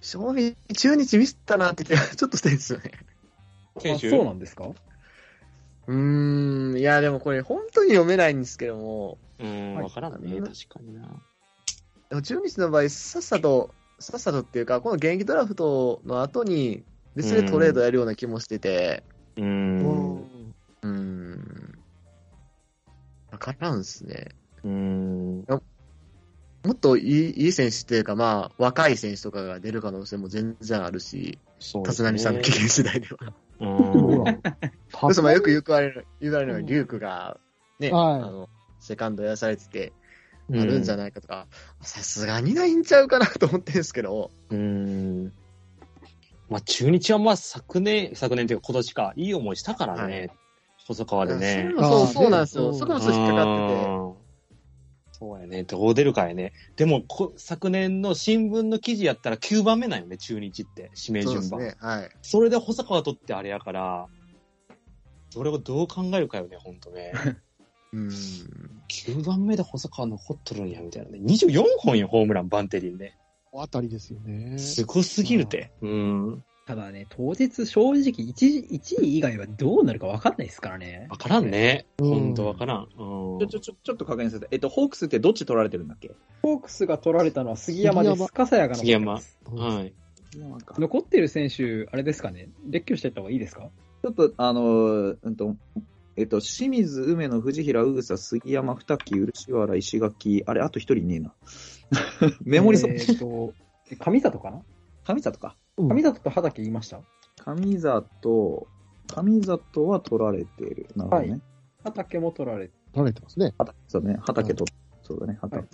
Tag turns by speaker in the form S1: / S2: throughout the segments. S1: 正味、中日ミスったなって気がちょっとしてるんですよね。
S2: 選
S3: あ
S2: 手
S3: そうなんですか
S1: うーん、いや、でもこれ本当に読めないんですけども、
S2: うん、
S3: はい
S2: わからんね、確かにな。
S1: でも中日の場合、さっさと、さっさとっていうか、この現役ドラフトの後に、別でトレードやるような気もしてて、
S2: う
S3: うん
S2: ん。
S1: うーん、わからんですね。
S2: うん。
S1: もっといいいい選手っていうか、まあ、若い選手とかが出る可能性も全然あるし、
S2: そうで
S1: 立
S2: すね
S1: 浪さんの経験次第では。
S2: うん。
S1: そうそうまあよ
S3: く
S1: く言われる、言われるのが、リュークが、ね、
S3: は
S1: あ
S3: い
S1: の、セカンドやらされてて、
S2: う
S1: あるんじゃないかとか、さすがにないんちゃうかなと思ってるんですけど、
S2: うん。まあ、中日はまあ昨年、昨年というか今年か、いい思いしたからね、細川でね。
S1: うんそう
S3: あー
S1: そうなんですよ。
S3: ね
S1: そこもちょっと引っかかってて。
S2: てて。そうやね。どう出るかやね。でもこ、昨年の新聞の記事やったら9番目なんよね、中日って。指名
S1: そうで
S2: 順
S1: す
S2: 番。そ,、
S1: ね。はい。
S2: れで細川取ってあれやから、それをどう考えるかよね、ほんとね。
S1: うん。
S2: 9番目で細川残っとるんや、みたいなね。24本よ、ホームラン、バンテリンね。
S4: あたりですよね。
S2: すごすぎるて。うん。
S3: ただね、当日正直1、1位以外はどうなるか分かんないですからね。
S2: わからんね。
S4: うん
S2: ほんとわからん。うん
S5: ちょ、ちょ、ちょ、ちょっと確認させて。えっと、ホークスってどっち取られてるんだっけ
S3: ホークスが取られたのは杉山です。笠谷が残ってます。
S2: はい。
S5: ち
S3: 残ってる選手、あれですかね、列挙していった方がいいですか
S5: ょっと、あのー、うんと、えっと、清水、梅野、藤平、宇草、杉山、二木、漆原、石垣、あれ、あと一人いねえな。 メモリソ、
S3: えーっと、上里かな
S5: 上里か。
S3: 上里と畑言いました
S5: 上里、上里は取られてる。なるほど
S3: は
S5: ね。
S3: 畑も取られて、
S4: 取られてますね。
S5: 畑、そうね。畑と、そうだね。畑。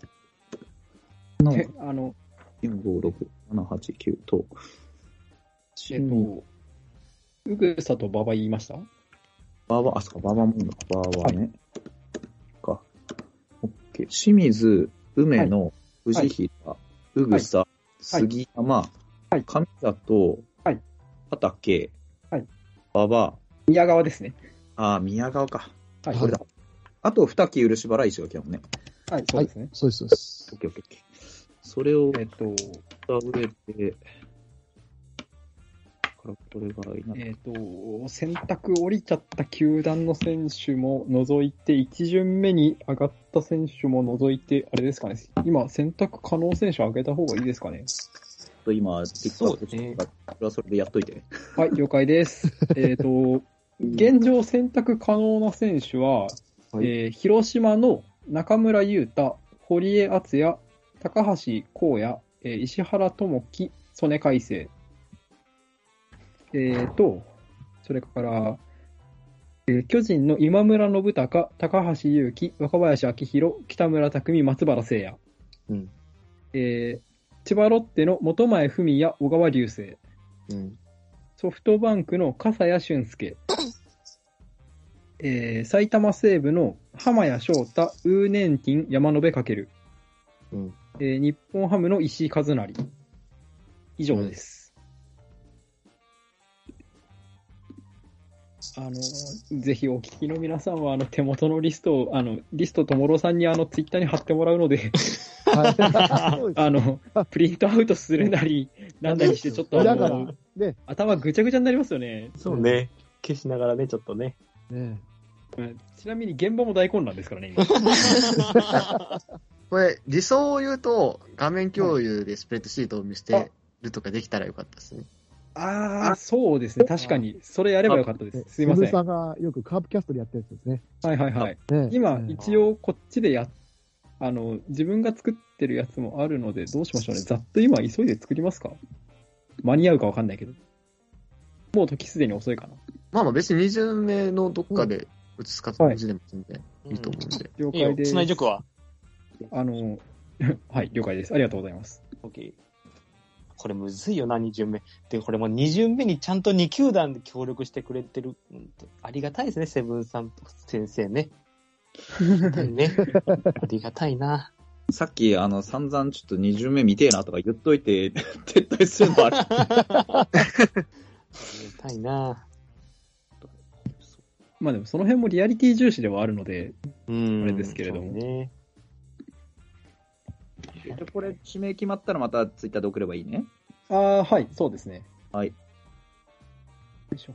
S3: えあの、
S5: 4、5、6、7、8、9と。
S3: えっと、うぐさと馬場言いました
S5: バーバー、あ、そっか、バーバーもいいのか、バーバーね。か。オッケー。清水、梅野、藤平、うぐさ、杉山、上里、
S3: はい
S5: 畑、
S3: はい
S5: ババ
S3: 宮川ですね。
S5: あー、宮川か。
S3: はい。
S5: これだ。あと、二木、漆原、石垣だもんね。
S3: はい、そうですね。
S4: そうです、そうです
S5: オッ。ケーオッケーオッケー。それを
S3: えっと、
S5: ダブれて、からこれがいな
S3: えっと、選択降りちゃった球団の選手も除いて、1巡目に上がった選手も除いて、あれですかね、今、選択可能選手上げた方がいいですかね。
S5: ちょっと今、ピックアップしてるからそれはそれでやっといてね。
S3: はい、了解です。えっと、現状選択可能な選手は、
S5: はい
S3: えー広島の中村優太、堀江敦也、高橋光也、えー石原智樹、曽根海星。えーと、それから、えー巨人の今村信孝、高橋優輝、若林明宏、北村匠海、松原誠也。
S2: うん
S3: えー千葉ロッテの本前文也、小川隆成。
S2: うん。
S3: ソフトバンクの笠谷俊介、えー、埼玉西部の浜谷翔太、ウーネンティン、山野辺翔、
S2: うん
S3: えー日本ハムの石井和成、以上です。あのーぜひお聞きの皆さんはあの手元のリストをあのリストともろさんにあのツイッターに貼ってもらう ので
S4: はい。そうです
S3: あのプリントアウトするなりなんだりしてちょっとあ
S4: だ
S3: の
S4: から、ね、
S3: 頭ぐちゃぐちゃになりますよね。
S2: そうね。消しながらね、ちょっとね。
S4: ね
S3: ちなみに現場も大混乱ですからね、今。
S1: これ、理想を言うと、画面共有でスプレッドシートを見せてるとかできたらよかったですね。
S3: ああ、そうですね。確かに。それやればよかったです。すいません。
S4: 鈴さ
S3: は
S4: んがよくカープキャストでやったやつですね。
S3: いはいはい。
S4: ね
S3: 今、
S4: ね
S3: 一応こっちでやっ、あの、自分が作ってるやつもあるので、どうしましょうね。ざっと今、急いで作りますか間に合うかわかんないけど。もう時すでに遅いかな。
S1: まあまあ別に2巡目のどっかで映すかと同時でも全然いいと思うんで。
S3: 了
S2: いいよ
S3: 解。です。
S2: つないじょくは。
S3: あの、 はい、了解です。ありがとうございます。
S2: OK これむずいよな、2巡目。で、これもう2巡目にちゃんと2球団で協力してくれてる。うんありがたいですね、セブンさんと先生 ね。ね。ありがたいな。
S5: さっき、あの、散々ちょっと二巡目見てえなとか言っといて、 撤退するのあれ。
S2: ありがたいな。
S3: まあでも、その辺もリアリティ重視ではあるので、
S2: うん。
S3: あれですけれども
S2: そうね。
S5: これ、指名決まったらまたツイッターで送ればいいね。
S3: ああ、はい、そうですね。
S5: はい
S3: よいしょ。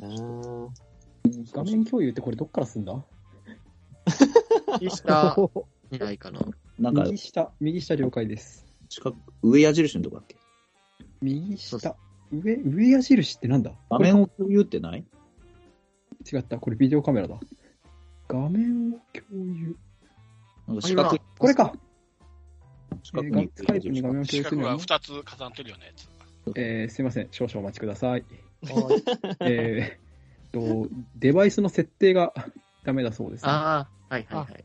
S5: なるほどね。
S2: あ
S3: 画面共有ってこれどっからすんだ
S1: 右下じゃないかな。
S5: なんか、
S3: 右下、右下了解です。
S5: 近く、上矢印のとこだっけ
S3: 右
S1: そうそ
S3: 下。上、上矢印ってなんだ
S5: 画面を共有ってない
S3: 違った。これビデオカメラだ。画面を共有。
S5: なんか四角い、
S3: これか。
S5: 四
S3: えー
S5: 角に
S3: がスカイプに画面を共
S6: 四
S3: 有する
S6: 角
S3: の
S6: が
S3: に。
S6: 2つ重なってるようなやつ。
S3: えーすいません。少々お待ちください。
S1: はい
S3: えー、と、デバイスの設定がダメだそうです、ね。あ
S1: ああ、はいはいはい。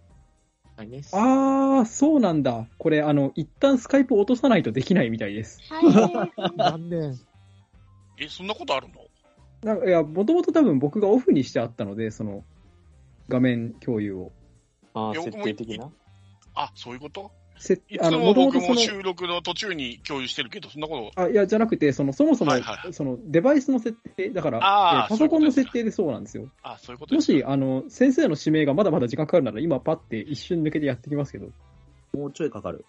S1: はいね。
S3: あー、そうなんだ。これ、あの、一旦スカイプ落とさないとできないみたいです。
S4: 残念。
S6: え、そんなことあるの
S3: なんかいや、もともと多分僕がオフにしてあったので、その、画面共有を。
S2: あー、
S6: よく
S2: 設定的な。
S6: あ、そういうこと
S3: せ
S6: い
S3: あ
S6: つ
S3: の、
S6: も
S3: 元
S6: 僕
S3: 々そ
S6: も
S3: の
S6: 収録の途中に共有してるけど、そんなこと。
S3: あ、いや、じゃなくて、その、そもそも、
S6: はいはいはい
S3: その、デバイスの設定、だから、
S6: あー
S3: えーパソコンの
S6: そう
S3: 設
S6: いうこと
S3: 定でそうなんですよ。
S6: あ、そういうこと
S3: も
S6: です
S3: し、あの、先生の指名がまだまだ時間かかるなら、今パッて一瞬抜けてやってきますけど、
S5: もうちょいかかる。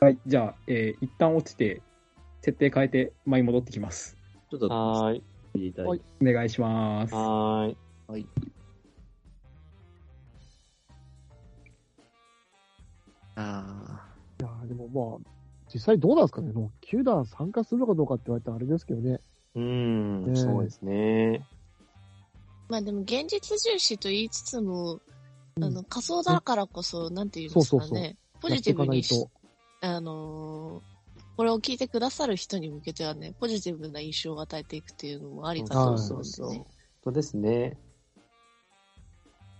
S3: はい、じゃあ、えー一旦落ちて、設定変えて、前に戻ってきます。
S5: ちょっと、
S2: はーい。
S5: いただいて
S3: お願いします。
S2: はーい。
S1: あ
S4: いやーでもまあ、実際どうなんですかね、もう球団参加するのかどうかって言われたらあれですけどね。
S2: う
S4: ね
S2: ん、
S4: え
S2: そうですね。
S7: まあでも現実重視と言いつつも、
S4: うん
S7: あの仮想だからこそ、なんていうんですか
S4: そ
S7: ね、
S4: うそうそ
S7: ポジティブにし
S4: やっていか
S7: あのーこれを聞いてくださる人に向けてはね、ポジティブな印象を与えていくっていうのもありかと思うんで、ね
S4: そう
S2: そうそうそうですね。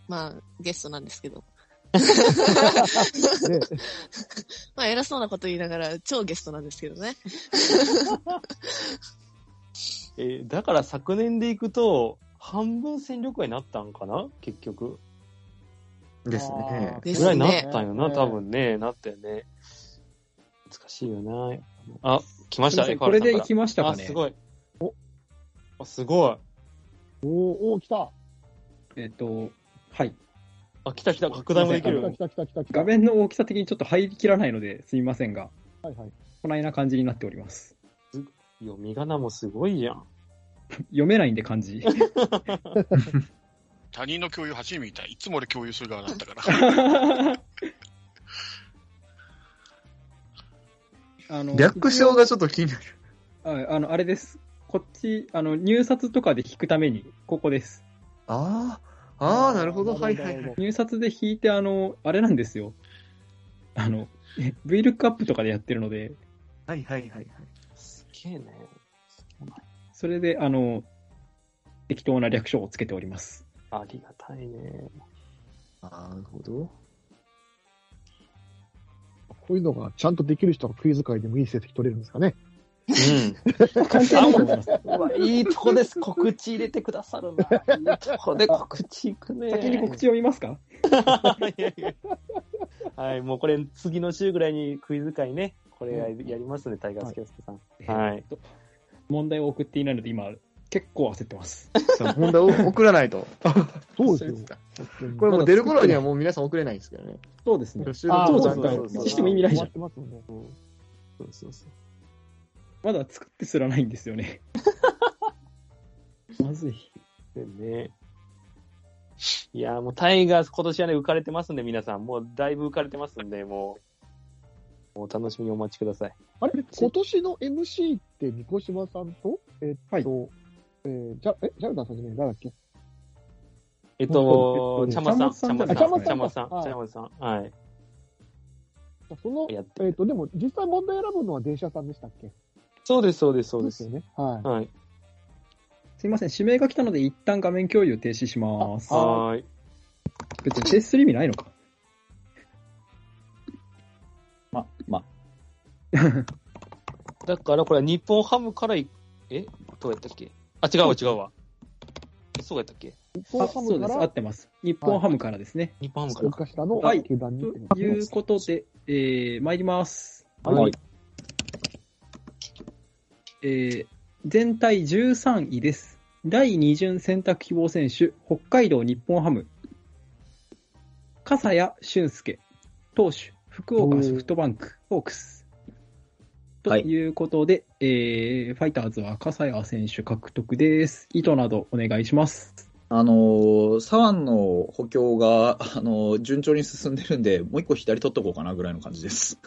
S7: まあ、ゲストなんですけど。
S4: ないと。ね、
S7: まあ、偉そうなこと言いながら、超ゲストなんですけどね。
S2: えーだから昨年でいくと、半分戦力外になったんかな結局。
S1: あ、ですね
S3: あ。
S7: で
S2: ぐ
S7: す
S2: らい
S7: ね
S2: になったんよな、
S4: ね
S2: 多分ね。なったよね。難しいよな。あ、来まし
S3: すいま
S2: た。
S3: せん
S2: エファー
S3: こ
S2: ル
S3: れ
S2: さんか
S3: で
S2: ら
S3: 行きましたかね。
S2: あ、すごい。お、あすごい。
S4: おーおー、来た。
S3: えっ、と、はい。
S2: あ、来た来た、拡大もでき
S4: 来た
S2: る
S4: 来。た来た来た来た。
S3: 画面の大きさ的にちょっと入りきらないのですみませんが、
S4: はいはい。
S3: こないな感じになっております。
S2: 読み仮名もすごいじゃん。
S3: 読めないんで漢 字。
S6: 他人の共有初めて見た。いつも俺共有する側だっ たから。
S3: あの
S1: 略称がちょっと気になる。
S3: はいあの、あれです。こっち、あの、入札とかで引くために、ここです。
S1: ああ、ああ、なるほど。はいはいはい。
S3: 入札で引いて、あの、あれなんですよ。あの、V ルックアップとかでやってるので、
S1: はいはいはいはい。
S2: すげえね。
S3: それで、あの、適当な略称をつけております。
S2: ありがたいね。
S1: なるほど。
S4: こういうのがちゃんとできる人はクイズ界でもいい成績取れるんですかね。
S3: 関係ないと思います。
S2: うん。うわ、いいとこです。告知入れてくださるな。いいとこで告知いくね。
S3: 先に告知を見ますか
S2: いやいや はい、もうこれ、次の週ぐらいにクイズ会ね、これやりますね、タイガースケ介さん。はい。
S3: 問題を送っていないので、今、結構焦ってます。
S1: そう問題を送らない と。
S4: そうですよ。
S1: これもう出る頃にはもう皆さん送れないんですけどね。
S3: そうですね。
S1: 収
S2: あー
S1: 録
S3: そう
S1: 時
S3: じゃ
S1: 間
S3: ん
S2: そうそう
S3: 告知しても意味ないじゃん。
S4: 終わってますよね。
S2: そうそうそう。
S3: まだ作ってすらないんですよね。まずい。
S2: でね。いやー、もうタイガース今年はね、浮かれてますんで、皆さん。もうだいぶ浮かれてますんで、もう、もうお楽しみにお待ちください。
S4: あれ、今年の MC って三越島さんと、え
S3: は
S4: っ
S3: い
S4: と、えーじゃ、え、ジャルダンさんじゃない誰だっけ
S2: えっと、
S4: えっと
S2: ちゃまさん、ち
S3: ち
S2: ゃ
S3: ゃ
S2: ま
S3: ま
S2: さん、
S3: さん
S2: ちゃ
S3: あ
S2: ま
S3: ち
S2: さ
S3: ゃ
S2: ん、
S4: ま
S2: ち
S4: さ
S2: ゃ
S4: んか
S2: まさん。はい。
S4: その、
S2: やって
S4: えっ、と、でも実際問題選ぶのは電車さんでしたっけ
S2: そうです、そうです、そうです。
S4: よね。はい。
S2: はい。
S3: すいません、指名が来たので一旦画面共有停止します。
S2: はーい。
S3: 別に停止する意味ないのか。
S5: ま、ま、
S2: だから、これは日本ハムからい、えどうやったっけあ、違うわ、違うわ。そうやったっけ
S4: 日本
S3: あ
S4: ハ
S3: そ
S4: ム
S3: うで
S4: か
S3: す、合
S4: ら
S3: っ、てます。日本ハムからですね。
S2: 日本ハムからか。
S4: 大頭の
S3: はい
S4: 球団に行ってます
S3: ということで、えー、参ります。
S5: はい。
S3: えー、全体13位です。第2巡選択希望選手、北海道日本ハム。笠谷俊介、投手、福岡ソフトバンク、ホークス。ということで、えーファイターズは笠谷選手獲得です。意図などお願いします。
S5: あのー、左腕の補強が、 あのー順調に進んでるんで、もう一個左取っとこうかなぐらいの感 じです。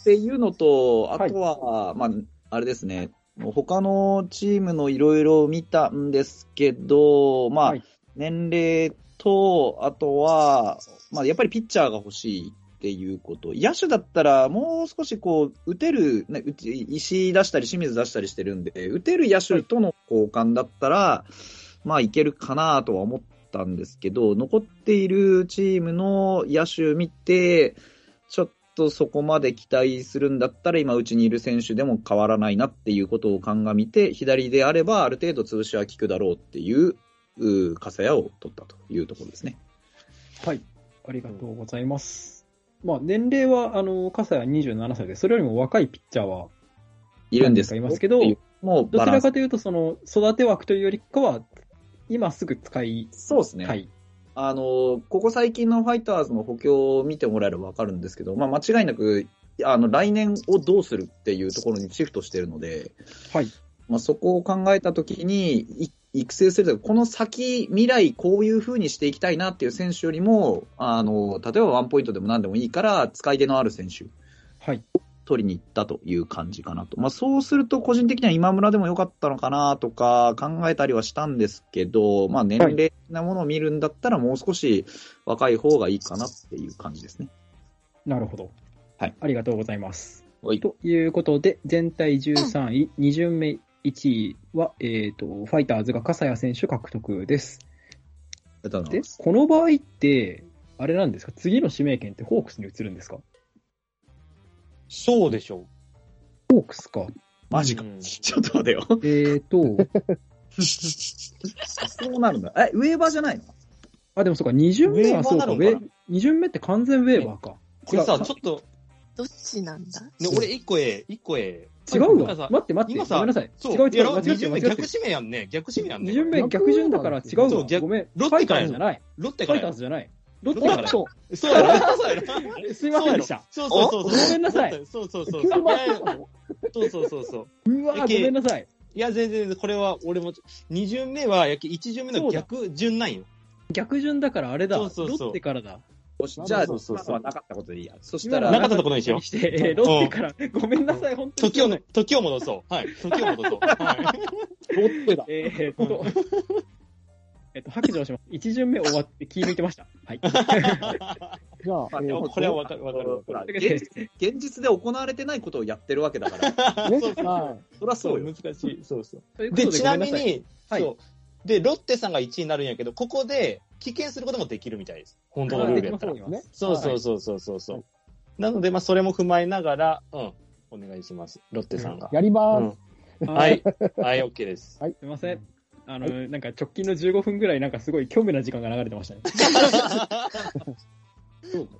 S5: っていうのと、あとは、まあ、あれですね、他のチームのいろいろ見たんですけど、まあ、
S3: はい
S5: 年齢と、あとは、まあ、やっぱりピッチャーが欲しいっていうこと。野手だったら、もう少しこう、打てる、ね、うち石井出したり清水出したりしてるんで、打てる野手との交換だったら、まあ、いけるかなとは思ったんですけど、残っているチームの野手見て、ちょっとそこまで期待するんだったら、今うちにいる選手でも変わらないなっていうことを鑑みて、左であればある程度潰しは効くだろうっていう、うー笠谷を取ったというところですね。
S3: はい。ありがとうございます。まあ、年齢は、あの、笠谷27歳で、それよりも若いピッチャーは、
S5: いるんです
S3: いますけど
S5: もう
S3: ど
S5: バ
S3: ち
S5: ラ
S3: ら
S5: ンス。
S3: かというと、その、育て枠というよりかは、今すぐ使い
S5: そうですね。
S3: たい。
S5: あの、ここ最近のファイターズの補強を見てもらえればわかるんですけど、まあ、間違いなく、あの、来年をどうするっていうところにシフトしてるので、
S3: はい。
S5: まあ、そこを考えたときに、い育成するというかこの先、未来、こういうふうにしていきたいなっていう選手よりも、あの、例えばワンポイントでも何でもいいから、使い手のある選手、
S3: はい。
S5: 取りに行ったという感じかなと。まあ、そうすると、個人的には今村でも良かったのかなとか考えたりはしたんですけど、まあ、年齢的なものを見るんだったら、もう少し若い方がいいかなっていう感じですね。
S3: なるほど。
S5: はい。
S3: ありがとうございます。
S5: はい
S3: ということで、全体13位、2巡目1位は、えっ、と、ファイターズが笠谷選手獲得です。
S5: ありがとうござい
S3: で
S5: ます、
S3: この場合って、あれなんですか次の指名権ってホークスに移るんですか
S2: そうでしょう。
S3: ホークスか。
S5: マジか。
S2: うん
S5: ちょっと待てよ。
S3: えっ、 と、
S5: そうなるんだ。え、ウェーバーじゃないの
S3: あ、でもそうか、2巡目はそうか、
S2: ウェーバーなのかな
S3: 2巡目って完全ウェーバーか。
S2: これ
S3: 違
S2: さ、
S3: う
S2: ちょっと、
S7: どっちなんだ
S2: ね、俺一個え、一個え。
S3: 違う
S2: 今
S3: わ
S2: さ。
S3: 待って待って。
S2: 今
S3: ご
S2: さ
S3: めんなさい。
S2: そう、
S3: 違う違
S2: や
S3: う。
S2: ろ
S3: 間違ってる
S2: 20
S3: 間
S2: 名
S3: 違って
S2: 逆
S3: る。
S2: 指名やんね。逆指名やんね。
S3: 2巡目逆順だから違う
S2: そ
S3: わ
S2: う。逆
S3: ごめん。
S2: ロッテか
S3: ファイター
S2: ら
S3: ズじ
S2: や
S3: ゃ
S2: な
S3: ない。
S2: ロッテ
S3: フ
S2: か
S3: ァイ
S2: らや
S3: ター
S2: な
S3: ズじゃない。ロッテ
S2: ロッテ
S3: か。
S2: からら
S3: そ
S2: そうやろ。そうやろ。
S3: う。すいませんでした。
S2: そうそうそうそう。
S3: ごめんなさい。
S2: そうそうそう
S4: 急
S2: そう。
S4: に
S2: いやいやそ
S4: 回ってたの
S2: うそうそうそう。
S3: うわー、ご
S2: け
S3: めんなさい。
S2: いや、全然、これは、俺も、二巡目は、やけ一巡目の逆順なんよ。
S3: 逆順だからあれだ。
S2: そ
S3: ロ
S2: うそうそう
S3: ッテからだ。
S5: よしじゃあ、
S2: そうそうそう
S5: 今のはなかったことでいいや。そした
S3: 今の
S5: ら、
S3: は
S2: なかったところにしよう
S3: にして、えーロッテから。ごめんなさい、本当に。
S2: 時をね、時を戻そう。はい。時を戻そう。はい。
S4: ロッテだ。
S3: えーっと、 えっと、白状します。1巡目終わって気抜いてました。 はい。
S4: じゃあ、え
S2: でも
S4: ー
S2: これはわかるわかるわ
S5: ほ
S2: からる。
S5: 現実現実で行われてないことをやってるわけだから、
S4: ね
S2: そうそう
S4: はい
S5: そりゃ
S2: そ
S5: そう
S2: う、
S5: よ。
S2: 難しい。そうそう。
S3: ということ
S2: で、
S3: で、
S2: ち
S3: ご
S2: な
S3: めん
S2: み
S3: さい。
S2: に、
S3: はい
S2: そう。で、ロッテさんが1位になるんやけど、ここで棄権することもできるみたいです。本当のルールやったら。
S3: はいできます
S2: そうそうそうそうそうそう。なので、まあ、それも踏まえながら、うん、お願いします。ロッテさんが。
S4: やりま
S2: う
S4: ーす
S2: ん。
S3: は。
S2: はいい。はい、OK です。
S3: すいません。あの、なんか直近の15分ぐらい、なんかすごい虚無な時間が流れてましたね。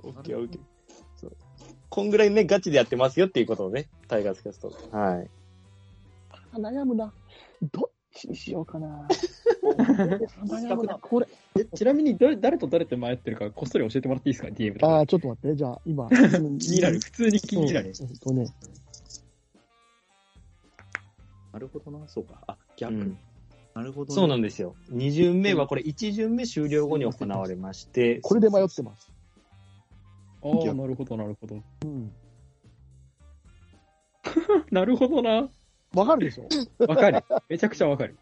S2: オッケーオッケー。そう。こんぐらいね、ガチでやってますよっていうことをね、タイガースキャスト。はい。
S4: あ悩むな。どっちにしようかな。悩むな。これ。
S3: ちなみに、誰誰と誰と迷ってるか、こっそり教えてもらっていいですか ?DM と
S4: あ
S3: か
S4: あ、。ちょっと待って。じゃあ、今。
S3: 気になる。普通に気になる。
S4: そうえっとね、
S5: なるほどな、そうか。あ、
S2: う
S5: 逆。
S2: ん
S5: なるほどね
S2: そうなんですよ。2巡目はこれ1巡目終了後に行われまして、
S4: これで迷ってます。
S3: ああ、なるほど、なるほど。
S4: うん。
S3: なるほどな。
S4: わかるでしょ
S3: わかる。めちゃくちゃわかる。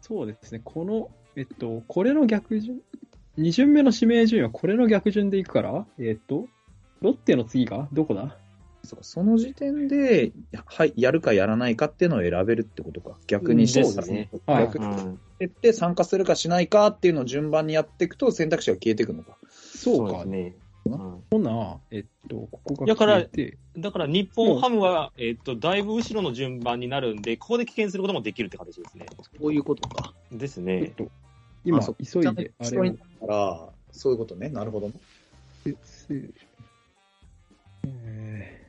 S3: そうですね。この、えっと、これの逆順、2巡目の指名順位はこれの逆順でいくから、えっと、ロッテの次がどこだ
S5: そうかその時点で、やはい、やるかやらないかっていうのを選べるってことか。逆にして、
S2: うんですね
S3: はい
S5: 逆
S2: う
S5: にし
S2: ん、
S5: てって参加するかしないかっていうのを順番にやっていくと選択肢が消えていくのか。
S3: そう
S2: で
S3: か。
S2: すね。うん
S3: ほな、えっと、ここが
S2: だから
S3: 消えて、
S2: だから日本ハムは、えっと、だいぶ後ろの順番になるんで、ここで棄権することもできるって形ですね。
S5: そういうことか。
S2: です
S3: えっ
S2: ね。
S3: と、今、
S5: あそう
S3: 急いで、あれを
S5: だ、から、そういうことね。なるほどね。
S3: え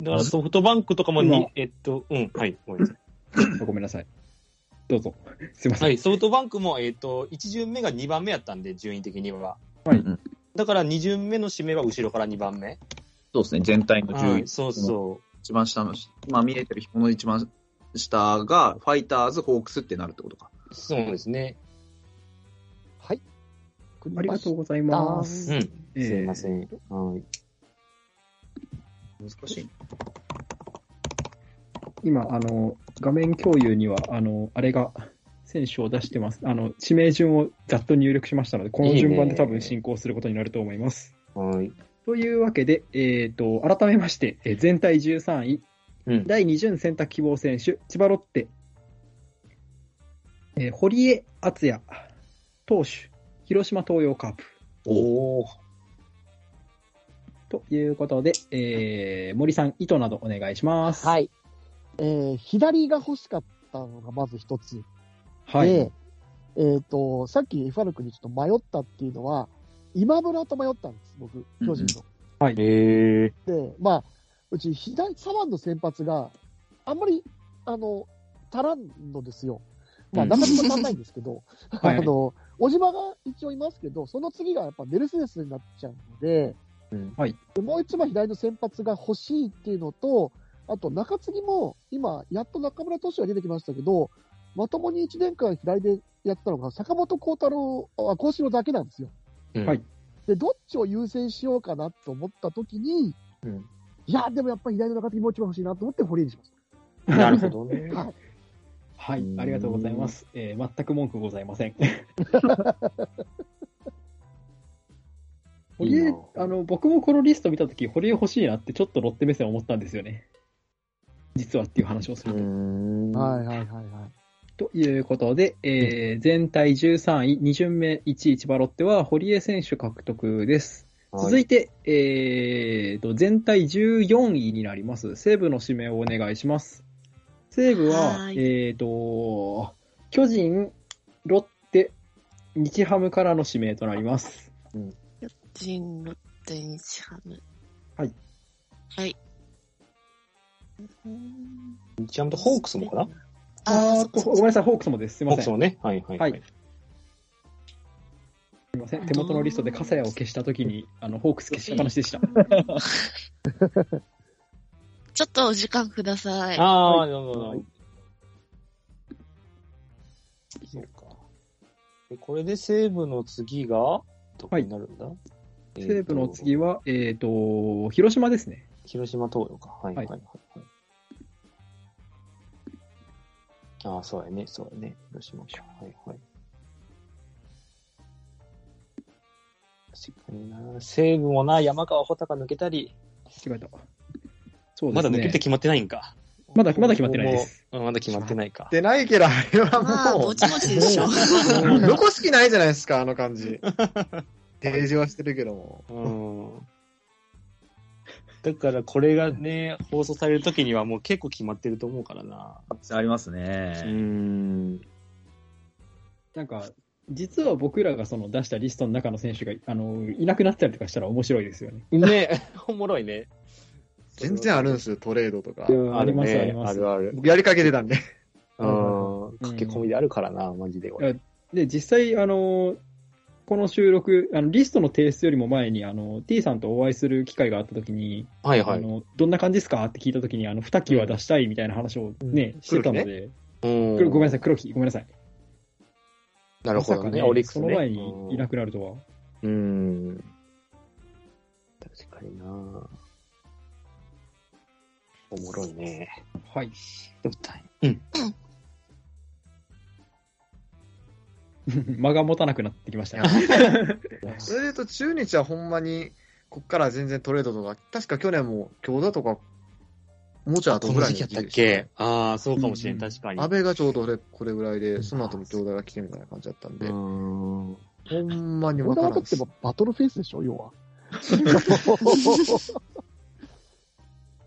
S2: だからソフトバンクとかも
S3: 今
S2: に、えっと、うん、はい、ごめんなさい。
S3: ーごめんなさい。どうぞ。 すいません。
S2: はい、ソフトバンクも、えっと、1巡目が2番目やったんで、順位的には。
S3: はい
S5: うん
S2: だから2巡目の指名は後ろから2番目。
S5: そうですね、全体の
S2: は
S5: 10
S2: い、そうそう。
S5: 一番下の、まあ見えてる紐の一番下が、ファイターズ、ホークスってなるってことか。
S2: そうですね。
S4: はい。
S3: ありがとうございます。
S2: うん。
S3: えー
S2: すいません。はい。
S5: 難しいね。
S3: 今、あの、画面共有には、あの、あれが、選手を出してます。あの、指名順をざっと入力しましたので、この順番で多分進行することになると思います。
S2: はい。
S3: というわけで、えっ、と、改めまして、えー全体13位、
S2: うん。
S3: 第2巡選択希望選手、千葉ロッテ、えー堀江敦也、投手、広島東洋カープ。
S2: おお。
S3: ということで、えー森さん、糸などお願いします。
S4: はい。えー左が欲しかったのがまず一つ。
S3: はい。
S4: で、えっ、と、さっき F ァルクにちょっと迷ったっていうのは、今村と迷ったんです、僕、巨人の。
S2: ええ。
S4: で、まあ、うち左、左腕の先発があんまり、あの、足らんのですよ。まあ、
S2: うん
S4: なかなか足らないんですけど、
S3: はい
S4: あの、小島が一応いますけど、その次がやっぱメルセデスになっちゃうので、
S2: うん
S3: はい
S4: でもう一枚左の先発が欲しいっていうのと、あと中継ぎも、今、やっと中村投手が出てきましたけど、まともに1年間左でやってたのが、坂本幸太郎、あ、幸四郎だけなんですよ。
S2: うん
S3: はい。
S4: で、どっちを優先しようかなと思った時に、
S2: うん
S4: いや、でもやっぱり左の中継ぎもう一枚欲しいなと思って堀江にしまし
S2: なるほど ね。
S3: はい
S2: うん
S3: ありがとうございます。えー全く文句ござ いません。堀
S2: いい
S3: 江
S2: な、
S3: あの、僕もこのリスト見たとき、堀江欲しいなってちょっとロッテ目線思ったんですよね。実はっていう話をす
S2: う
S3: ると。
S2: ん。
S4: た。はいはいはいはい。
S3: ということで、えー全体13位、2巡目1位千葉ロッテは堀江選手獲得です。続いて、えーと、全体14位になります。西武の指名をお願いします。西武は、
S7: はー
S3: えーと、巨人、ロッテ、日ハムからの指名となります。
S7: 人ロッテにチャム。
S3: はい。
S7: はい。うん
S2: ちゃんとホークスもかな
S7: あ
S3: あー
S7: ーそ
S3: と、
S7: っか
S3: ごめんなさい、ホークスもです。すい
S2: ホ
S3: ま
S2: ークス
S3: せん。す
S2: もね。はいはい
S3: はい。いません。手元のリストで傘屋を消したときに、あの、ホークス消しっぱなしでした。
S7: ちょっとお時間ください。
S2: ああ、なるほどなるほど。そうか。でこれで西武の次が、どこになるんだ、えーと
S3: 西武の次は、えーと、広島ですね。
S2: 広島東洋か。はいは
S3: はい
S2: いはい、はい。ああ、そうやね、そうやね。広島か。はいはい。確かにな。西武もな、山川穂高抜けたり、
S3: 違えた。そうで
S2: ますだ抜
S3: ね。
S2: けて決まってないんか。
S3: まだまだ決まってないです
S2: もう。あまだ決まってないか。
S1: でないけど、あれ
S7: ま
S1: は
S7: あ、
S1: もう
S7: ぼ、ちぼちでしょ。
S1: もう残す気ないじゃないですか、あの感じ。提示はしてるけども。
S2: うん。だからこれがね、放送されるときにはもう結構決まってると思うからな。
S5: あります
S2: う
S5: ね。
S2: ん。
S3: なんか、実は僕らがその出したリストの中の選手があのいなくなったりとかしたら面白いですよね。
S2: ね おもろいね。
S1: 全然あるんですよ、トレードとか。
S3: ありますありま
S2: あ
S3: す
S2: るある。
S1: 僕やりかけてたんで。
S2: うん。駆け込みであるからな、マジで。俺
S3: で、実際、あのこの収録あの、リストの提出よりも前にあの T さんとお会いする機会があったときに、
S2: はいは
S3: あ
S2: い。
S3: の、どんな感じですかって聞いたときに、あの2機は出したいみたいな話を、ねしてたので、
S2: うん
S3: 黒ごめんなさい、黒木、ごめんなさい。
S2: なるほど
S3: まさか
S2: ね、オリックス
S3: その
S2: ね。
S3: 前にいなくなるとは。
S2: うん。確かにな。おもろいね。
S3: はい。
S2: うん。
S3: 間が持たなくなってきましたね。
S1: それで言うと、中日はほんまに、こっから全然トレードとか、確か去年も京田とか、もうちょい後
S2: こ
S1: ぐ
S2: の
S1: らい
S2: 時
S1: の
S2: 期やったっ
S1: 時期でし
S2: けああ、そうかもしれん、
S3: うん
S2: 確かに。
S1: た。安倍がちょうど俺これぐらいで、その後も京田が来てみたいな感じだったんで、
S2: うん。
S1: ほんまに
S4: こ
S1: 分
S4: れ
S1: か
S4: が
S1: ら
S4: 分か
S1: ん
S4: っ
S1: で
S4: て
S1: す
S4: も。バトルフェイスでしょ、要 は。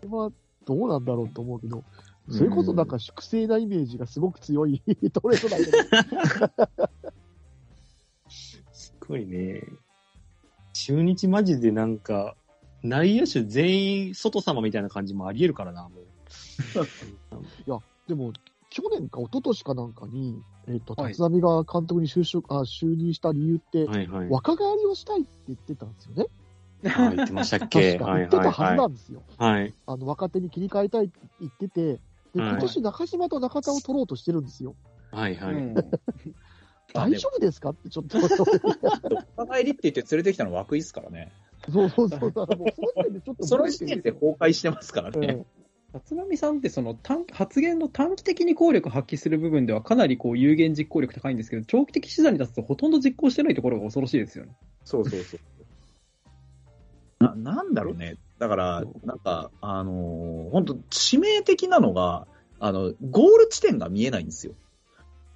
S4: これはどうなんだろうと思うけど、それこそなんか粛清なイメージがすごく強い トレードだけど、
S2: すごいね。中日マジでなんか、内野手全員外様みたいな感じもありえるからな、もう。
S4: でも、去年か一昨年かなんかに、えっ、と、
S3: はい
S4: 立浪が監督に就職、あ、就任した理由って、
S2: はいはい。
S4: 若返りをしたいって言ってたんですよね。
S2: あ言ってましたっけ
S4: 確か
S2: は
S4: 言
S2: い
S4: って
S2: はい
S4: たはずな
S2: は
S4: んですよ。
S2: い。はい。
S4: あの、若手に切り替えたいって言ってて、で、
S2: はい
S4: 今年中島と中田を取ろうとしてるんですよ。
S2: はいは
S3: う
S2: い。
S3: ん
S5: あ
S4: 大
S5: でも
S4: 丈夫ですかってちょっと。そ
S5: お互いリって言って連れてきたの枠いっすからね。
S4: うそうそう。だからもうその時点でちょっと
S5: そ
S4: ブレてる
S5: の時点で崩壊してますから
S4: う
S5: ね。
S4: ん
S3: 立浪さんってその短発言の短期的に効力発揮する部分ではかなりこう有限実行力高いんですけど、長期的手段に立つとほとんど実行してないところが恐ろしいですよね。
S5: そうそうそう。な、なんだろうね。だから、なんか、あのー本当致命的なのが、あの、ゴール地点が見えないんですよ。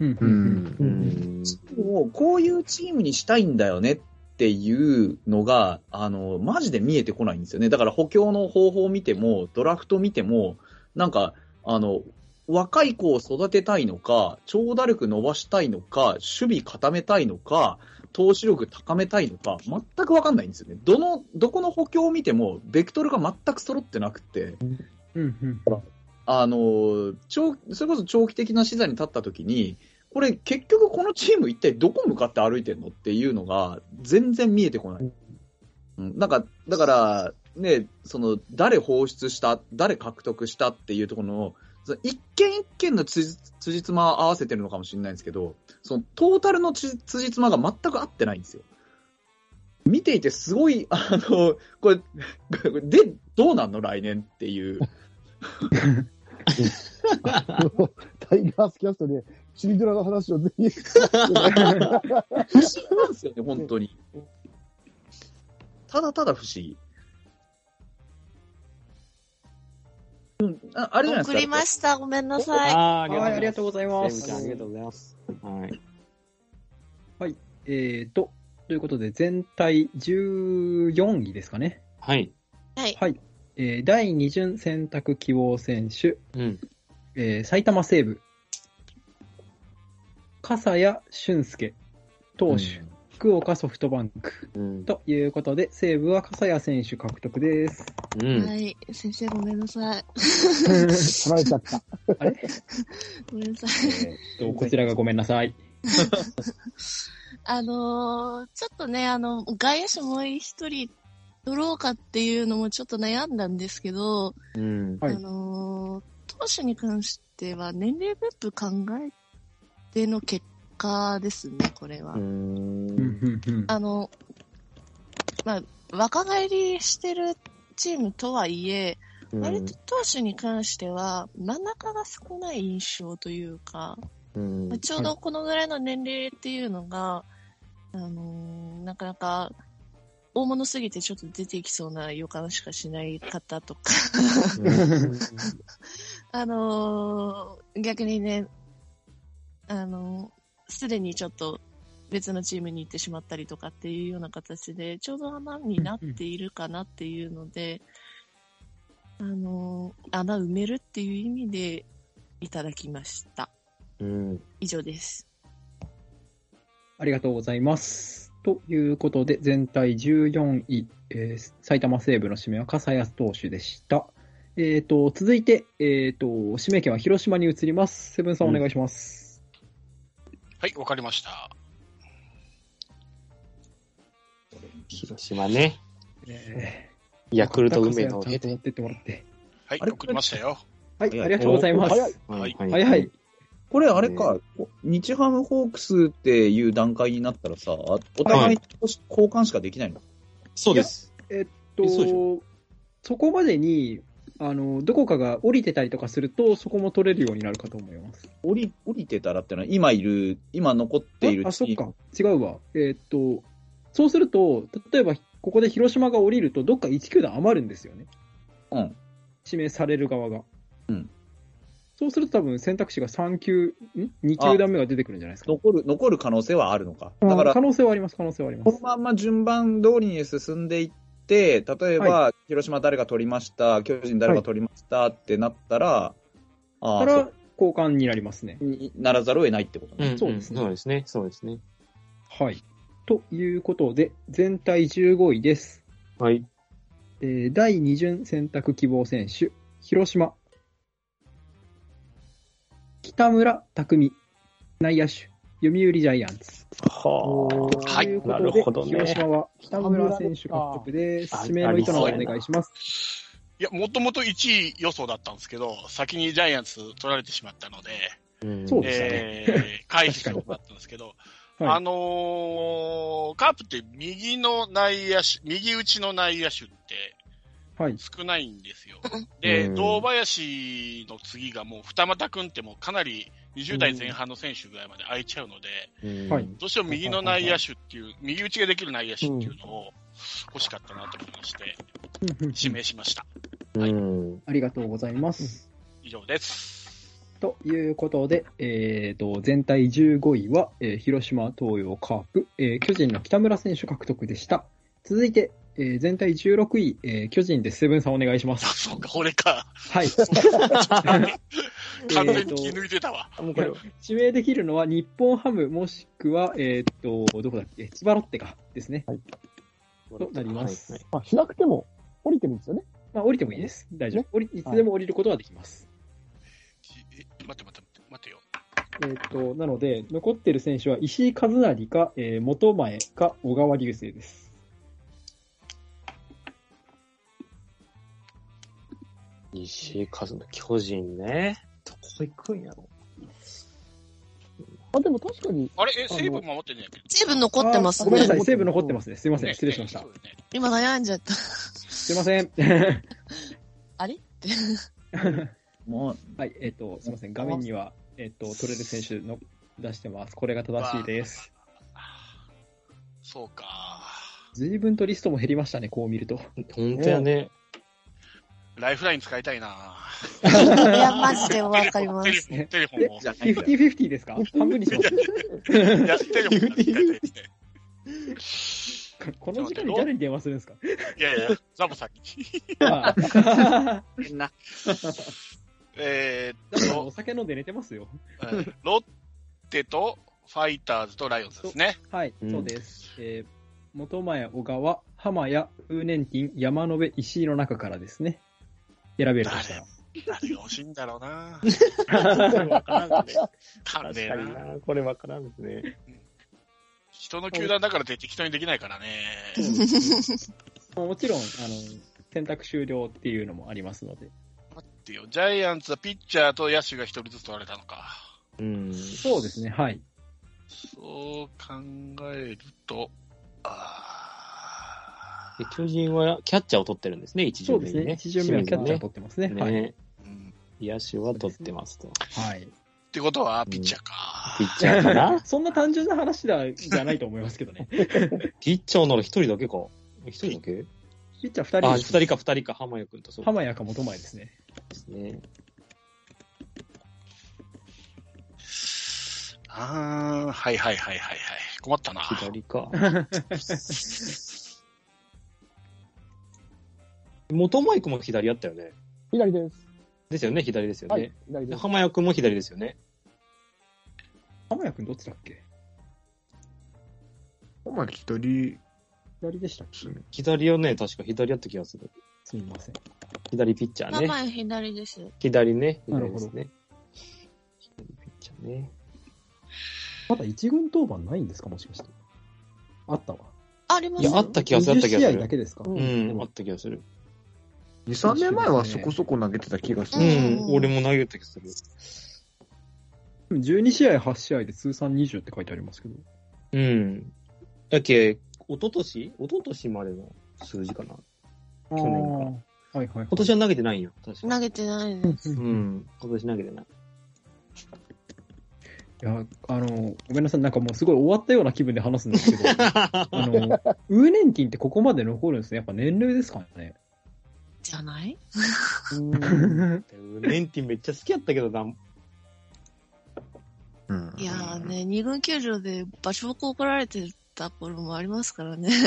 S3: うん
S1: うん。
S2: うん。
S5: もう、こういうチームにしたいんだよねっていうのが、あの、マジで見えてこないんですよね。だから補強の方法を見ても、ドラフト見ても、なんか、あの、若い子を育てたいのか、長打力伸ばしたいのか、守備固めたいのか、投手力高めたいのか、全くわかんないんですよね。どの、どこの補強を見ても、ベクトルが全く揃ってなくて、
S3: うんうん
S5: あの長それこそ長期的な資材に立った時にこれ結局このチーム一体どこ向かって歩いてんのっていうのが全然見えてこない。うん、なんかだから、ね、その誰放出した誰獲得したっていうところのその一件一件のつじつじつまを合わせてるのかもしれないんですけどそのトータルのつつじつまが全く合ってないんですよ。見ていてすごい、あの、これ、 で、どうなんの来年っていう。
S4: タイガースキャストで、チリドラの話をぜひ。
S5: 不思議なんですよね、本当に。ただただ不思議。うん、ああれじゃないです
S7: 送
S5: か。
S7: りました。ごめんなさい。
S2: あ
S3: はい、ありがとうございま
S2: ますセブ
S3: す
S2: ちゃ。んありがとうございます。はい。
S3: えーと、ということで全体14位ですかね。
S2: はい。
S7: はい。
S3: はい。えー第2巡選択希望選手、
S2: うん。
S3: えー埼玉西部、笠谷俊介、投手、福岡ソフトバンク。
S2: うん。
S3: ということで、西武は笠谷選手獲得です。
S2: うん。
S7: はい。先生、ごめんなさい。
S4: 取られちゃった。
S7: ごめんなさい。
S3: えーっとこちらがごめんなさい。
S7: あのーちょっとね、あの、外野手もう一人取ろうかっていうのもちょっと悩んだんですけど、
S2: うん。
S3: はい
S7: あのー投手に関しては年齢分布考えての結果ですね、これは。
S2: うん。
S7: あの、まあ、若返りしてるチームとはいえ、割と投手に関しては真ん中が少ない印象というか、
S2: うん
S7: まあちょうどこのぐらいの年齢っていうのが、あのーなかなか大物すぎてちょっと出てきそうな予感しかしない方とか、あのー逆にね、あのーすでにちょっと別のチームに行ってしまったりとかっていうような形で、ちょうど穴になっているかなっていうので、あのー穴埋めるっていう意味でいただきました。
S2: うん。
S7: 以上です。
S3: ありがとうございます。ということで、全体14位、えー埼玉西部の指名は笠谷投手でした。えー、と続いて、えーと、指名権は広島に移ります。セブンさん、お願いします。
S6: はい、わかりました。
S2: 広島ね。
S3: え
S2: ヤクルト
S3: ー
S2: 梅野を
S3: ちゃ
S2: 経
S3: んと
S2: て。
S3: 持ってってもらって。
S6: はい
S5: あ、れ
S6: 送りましたよ。
S3: はい、ありがとうございます。
S4: 早い
S2: はい
S3: はいはい。。
S5: これあれか、日ハムホークスっていう段階になったらさ、お互い交換しかできないの、
S2: そうです。
S3: と
S2: えそうでし
S3: そこまでにあの、どこかが降りてたりとかすると、そこも取れるようになるかと思います。
S5: 降り降りてたらってのは、今いる、今残っている
S3: ああ、
S5: チ
S3: そっ
S5: ー
S3: か、
S5: ム
S3: 違うわ。えーっと、そうすると、例えばここで広島が降りると、どっか1球団余るんですよね。
S5: うん
S3: 指名される側が。
S5: うん
S3: そうすると多分選択肢が3球、ん ?2 球段目が出てくるんじゃないですか。
S5: 残る、残る可能性はあるのか。だから
S3: 可能性はあります、可能性はありま
S5: この
S3: す。
S5: まんま順番通りに進んでいって、例えば、広島誰が取りました、巨人誰が取りましたってなったら、あ
S3: か
S5: あ
S3: ら交換になりますね。
S5: そうにならざるを得ないってことね。
S2: そうですね。そうですね。そうですね。
S3: はい。ということで、全体15位です。
S2: はい。
S3: えー第2巡選択希望選手、広島。北村匠海、内野手、読売ジャイアンツ。
S2: はあ。
S6: はい
S3: というこ
S2: な
S3: とで
S2: るほどね
S3: 広島は北村選手獲得です。
S2: あ
S3: 指名の糸の方お願いします。
S6: いや、もともと1位予想だったんですけど、先にジャイアンツ取られてしまったので、
S2: うん
S3: そうですね。
S6: えー、回避したことだったんですけど、
S3: はい
S6: あのーカープって右の内野手、右打ちの内野手って
S3: はい。
S6: 少ないんですよ。で、
S2: うん
S6: 堂林の次がもう二俣君ってもうかなり20代前半の選手ぐらいまで空いちゃうので、
S2: うん
S3: はい
S6: どうしても右の内野手っていう、右打ちができる内野手っていうのを欲しかったなと思いまして、指名しました。
S2: うん
S3: ありがとうございます。
S6: 以上です。
S3: ということで、えー、と全体15位は、えー広島東洋カープ、えー巨人の北村選手獲得でした。続いて、えー全体16位、えー巨人です。セブンさんお願いしま
S6: あ、
S3: す。
S6: そうか、俺か。
S3: はい。
S6: 完全に気抜いてたわ。
S2: もうこれ、
S3: 指名できるのは日本ハムもしくは、えー、とどこだっけ千葉ロッテかですね。となります
S2: はい
S4: まあ、開くても降りてるんですよね。
S3: まあ、降りてもいいです。大丈
S4: ね
S3: 夫。降りいつでも降りることはできます。
S6: え待って待って待って、待ってよ。
S3: えーっと、なので、残ってる選手は石井和成か、えー元前か小川流星です。
S2: 石井和の巨人ね。どこ行くんやろ。
S4: まあ、でも確かに、
S6: あれえ、セーブ守ってんじゃんけ
S7: セーブ残ってます
S3: あーごめんなさ
S7: ね。
S3: い、セーブ残ってますね。すいません、
S6: ね
S3: 失礼しました。
S6: そうですね
S7: 今悩んじゃった。
S3: すいません。
S7: あ れって。
S5: も
S3: はい、えーっと、すいません、画面には、えーっと、取れる選手の出してます。これが正しいです。
S6: そうか。
S3: 随分とリストも減りましたね、こう見ると。
S2: 本当やね。
S6: ライフライン使いたいな。
S7: いや、マジでわかりま
S6: テレ
S7: す。
S6: フォン、テレフォン を。
S3: 50-50ですか半分にします。
S6: いや、テレフォンが使いたいですね。
S3: この時間に誰に電話するんですか
S6: いやいや、ザボさんに。
S3: まあ
S6: え
S3: だ
S6: ーっ
S3: から
S6: と
S3: お、酒飲んで寝てますよ。
S6: うんロッテとファイターズとライオンズですね。
S3: はい、
S2: うん
S3: そうです。えー元前、小川、浜谷、ウーネンティン、山野辺、石井の中からですね。選べるとしたら。
S6: 誰が欲しいんだろうな。
S2: わからんね。
S6: かんねえ
S2: 確か
S6: な。
S2: にな。これわからんですね。
S6: 人の球団だからって適当にできないからね。
S3: もちろん、あの、選択終了っていうのもありますので。
S6: 待ってよ、ジャイアンツはピッチャーと野手が一人ずつ取られたのか。
S2: うん。
S3: そうですね、はい。
S6: そう考えると、あ
S2: で巨人はキャッチャーを取ってるんですね、一
S3: そ
S2: 巡
S3: うで
S2: 目
S3: す
S2: にね。
S3: ね。1巡目はキャッチャー
S2: ね
S3: 取ってますね。はい。
S2: ね。
S6: ーうん
S2: 野手は取ってますと。
S3: はい。
S6: ってことは、ピッチャーか。
S2: ピッチャーかな
S3: そんな単純な話だじゃないと思いますけどね。
S2: ピッチャーなら一人だけか。一人だけ
S3: ピッチ
S2: あ、二
S3: ャー2人です。
S2: 人か二人か、浜谷君とそう
S3: 浜谷か元前ですね。
S2: ですね。
S6: あー、はいはいはいはいはい。困ったな。
S2: 左か。 元マイクも左やったよね。
S4: 左です。
S2: ですよね、左ですよ
S4: は
S2: ね
S4: い。、左
S2: で
S4: です。
S2: 浜谷君も左ですよね。
S3: 浜谷くんどっちだっけ
S1: お前、左
S3: 左でしたっけ
S1: ですね。
S2: 左よね、確か左やった気がする。
S3: すみません。
S2: 左ピッチャー
S7: 名
S2: ね。
S7: 前左です。
S2: 左ね、
S3: なる
S2: 左で
S3: ほど
S2: すね。左ピッチャーね。
S3: まだ一軍当番ないんですかもしかして。あったわ。
S7: ありま
S2: い
S7: す
S2: や、あ
S7: よ
S2: った気がする、あった気
S3: 20試
S2: が
S3: 合
S2: す
S3: だ
S2: る。
S3: けですか、
S2: うん、あった気がする。
S1: 2、3年前はそこそこ投げてた気がす
S2: う
S1: る。
S2: ん、俺も投げた気がする。
S3: 12試合、8試合で通算20って書いてありますけど。
S2: うん。だっけ、一昨年一昨年までの数字かな。
S3: 去
S2: 年か
S3: はいは
S2: 今
S3: い。
S2: 年は投げてないんよ、確か
S7: 投げてないです。
S2: うん、今年投げてない。
S3: いや、あの、ごめんなさい。なんかもうすごい終わったような気分で話すんです けど、あの、ウーネンティンってここまで残るんですね。やっぱ年齢ですか ね。
S7: じゃない
S2: ネンティめっちゃ好きやったけどな、
S1: うん
S7: いやーね、二軍球場で場所を怒られてた頃もありますからね。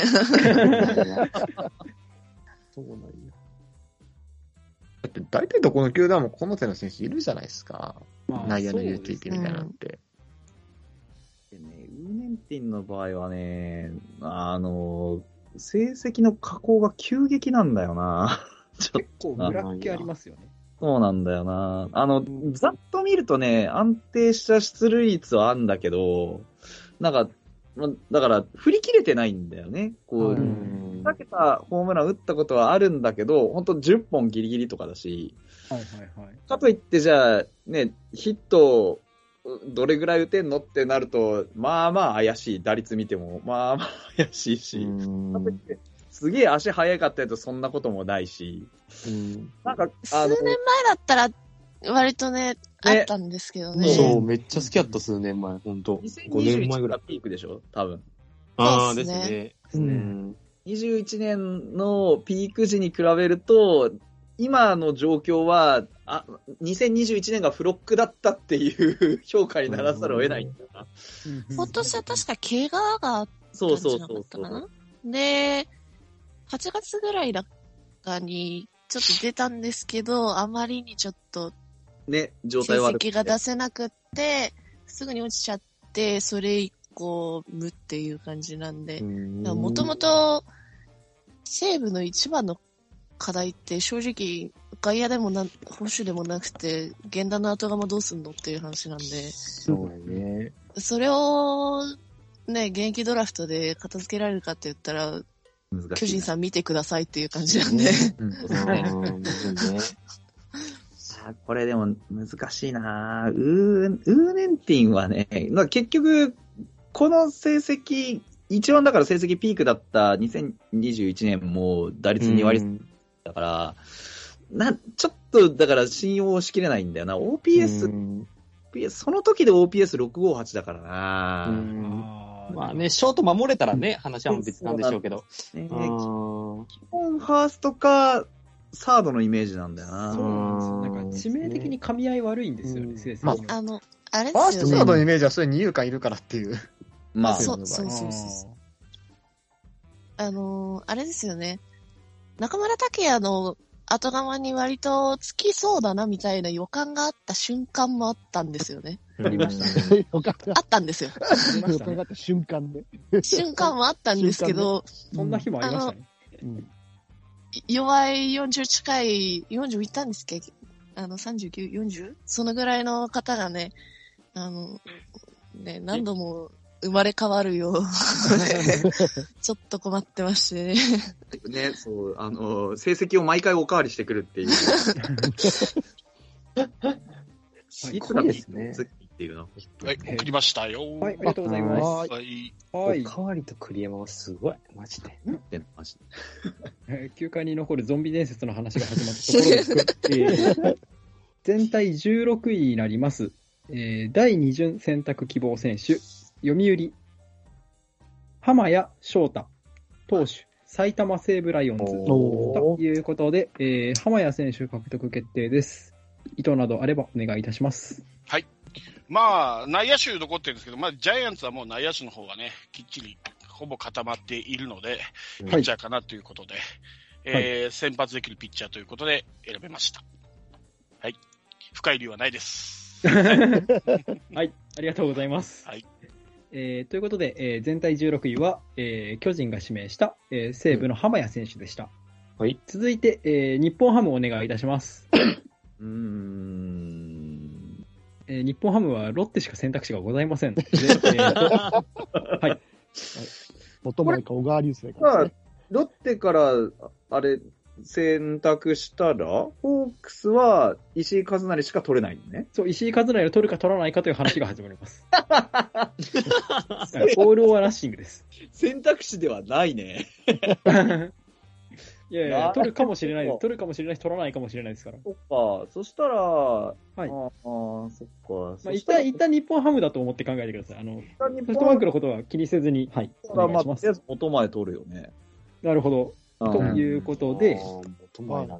S2: そうなんや。
S1: だって大体どこの球団もこの手の選手いるじゃないですか。
S3: まあ
S1: 内野の
S3: そうです
S1: UTP みたいなのって。
S5: う、ね、ウーネンティンの場合はね、あの、成績の下降が急激なんだよな。ちょっ
S3: 結構ブラッキーありますよね。
S5: そうなんだよな。あの、ざっと見るとね、安定した出塁率はあんだけど、なんか、まだから、振り切れてないんだよね。こう、
S2: うん
S5: 2桁ホームラン打ったことはあるんだけど、本当10本ギリギリとかだし、
S3: はいはいはい。
S5: かといってじゃあ、ね、ヒットをどれぐらい打てんのってなると、まあまあ怪しい。打率見ても、まあまあ怪しいし、かといってすげえ足速かったやつそんなこともないし、
S2: うん
S5: なんか、
S7: 数
S5: あの
S7: 年、前だったら、割とね、あったんですけどね。
S2: そう、めっちゃ好きやった数年前、ほんと。5年前ぐ
S5: 2021
S2: ら
S5: が
S2: い。
S5: ピークでしょ多分。
S2: ああ、
S7: で
S2: ですす
S7: ね
S2: ね。
S5: うん21年のピーク時に比べると、今の状況は、あ、2021年がフロックだったっていう評価にならざるを得ないんだな。
S7: 今年は確か怪我があっ
S5: そう
S7: 感
S5: そ
S7: じ
S5: う
S7: な
S5: そ
S7: かっ
S5: う
S7: た
S5: そ
S7: かな
S5: う。。
S7: で、8月ぐらいだかに、ちょっと出たんですけど、あまりにちょっと
S5: ね、状
S7: 成
S5: 態悪くて。
S7: 績が出せなくって、すぐに落ちちゃって、それ以降、無っていう感じなんで。もともと、西武の一番の課題って、正直、外野でもな、保守でもなくて、源田の後釜どうすんのっていう話なんで、
S2: そうやね。
S7: それを、ね、現役ドラフトで片付けられるかって言ったら、
S5: 難
S7: 巨
S5: しい
S7: 人
S5: な。
S7: さん見てくださいっていう感じなんで。
S2: うんそうね
S5: あこれでも難しいなウーウーネンティンはね、まあ結局、この成績、一番だから成績ピークだった2021年も打率2割だから、な、ちょっと、だから信用しきれないんだよな。
S2: う
S5: OPS、
S2: ん
S5: OPS その時で OPS658 だからな、
S2: うん
S3: ま
S2: まあね、ショート守れたらね、話は別なんでしょうけど。
S5: ね
S2: うん
S5: 基本、ファーストか、サードのイメージなんだよな。
S3: そうなんですよ。なんか致命的に噛み合い悪いんですよ
S2: う
S3: ね、
S2: ん
S3: 成績
S1: ま
S3: が
S7: あの、あれ
S1: ファー
S7: で
S1: ス
S7: す
S1: ト
S7: よ
S1: サ
S7: ね
S1: ー。ドのイメージはそれ二遊間いるからっていう。
S5: まあ、
S7: そううそうそうそう。あのーあれですよね。中村拓也の後釜に割とつきそうだなみたいな予感があった瞬間もあったんですよね。
S3: ありましたね。
S4: よかった。
S7: あったんですよ。
S3: ありま
S4: よ
S3: した
S4: か
S3: ね
S4: った瞬間で。
S7: 瞬間もあったんですけど、
S3: そんな日もありましたね。
S7: 弱い40近い、40いったんですっけあの、39、40? そのぐらいの方がね、あの、ね、何度も生まれ変わるよう。ちょっと困ってましてね。
S5: ね、 そう、あの、成績を毎回おかわりしてくる っていう。
S3: す
S5: いつ
S3: ご
S5: か
S3: いですね。
S5: っていうの。
S6: はい、送りましたよ。
S3: はい、ありがとうございま
S4: は
S3: す。
S4: い。
S6: はい。
S3: はい
S2: お。かわりと栗山はすごい、マジで。
S5: ってのマジで
S3: えー球界に残るゾンビ伝説の話が始まったところです、えー全体16位になります、えー第2巡選択希望選手読売浜谷翔太投手埼玉西武ライオンズ
S2: おー
S3: ということで、えー浜谷選手獲得決定です意図などあればお願いいたします
S6: まあ、内野手残ってるんですけど、まあ、ジャイアンツはもう内野手の方がね、きっちり、ほぼ固まっているので、ピッチャーかなということで、えー先発できるピッチャーということで選べました。はい。深い理由はないです。
S3: はいありがとうございます、
S6: はい
S3: えーということで、えー全体16位は、えー巨人が指名した、えー西武の浜谷選手でした、
S2: はい。
S3: 続いて、えー日本ハムお願いいたします、
S5: うーん。
S3: えー日本ハムはロッテしか選択肢がございません。でえーとはい。
S4: 元前か小川流星か
S5: ま
S4: ら
S5: あ
S4: ね。、
S5: ロッテから、あれ、選択したら、ホークスは石井和成しか取れないのね。
S3: そう、石井和成を取るか取らないかという話が始まります。だからオールオアラッシングです。
S5: 選択肢ではないね。
S3: いやい
S5: な
S3: や、
S5: あ
S3: 取るかもしれないです。取るかもしれないし、取らないかもしれないですから。
S5: そっか、そしたら、はいあーあー、そっか。
S3: ま
S5: そ
S3: あ、一
S5: したら
S3: 旦、一旦日本ハムだと思って考えてください。あの、
S5: 一旦日
S3: ソ
S5: 本
S3: フトバンクのことは気にせずに、はい。お
S5: は
S3: 願い
S5: まあ、
S3: し
S5: と
S3: ま
S5: り
S3: す
S5: あえ。ず元前取るよね。
S3: なるほど。と
S5: うん
S3: いうことで、
S2: 元前なんだ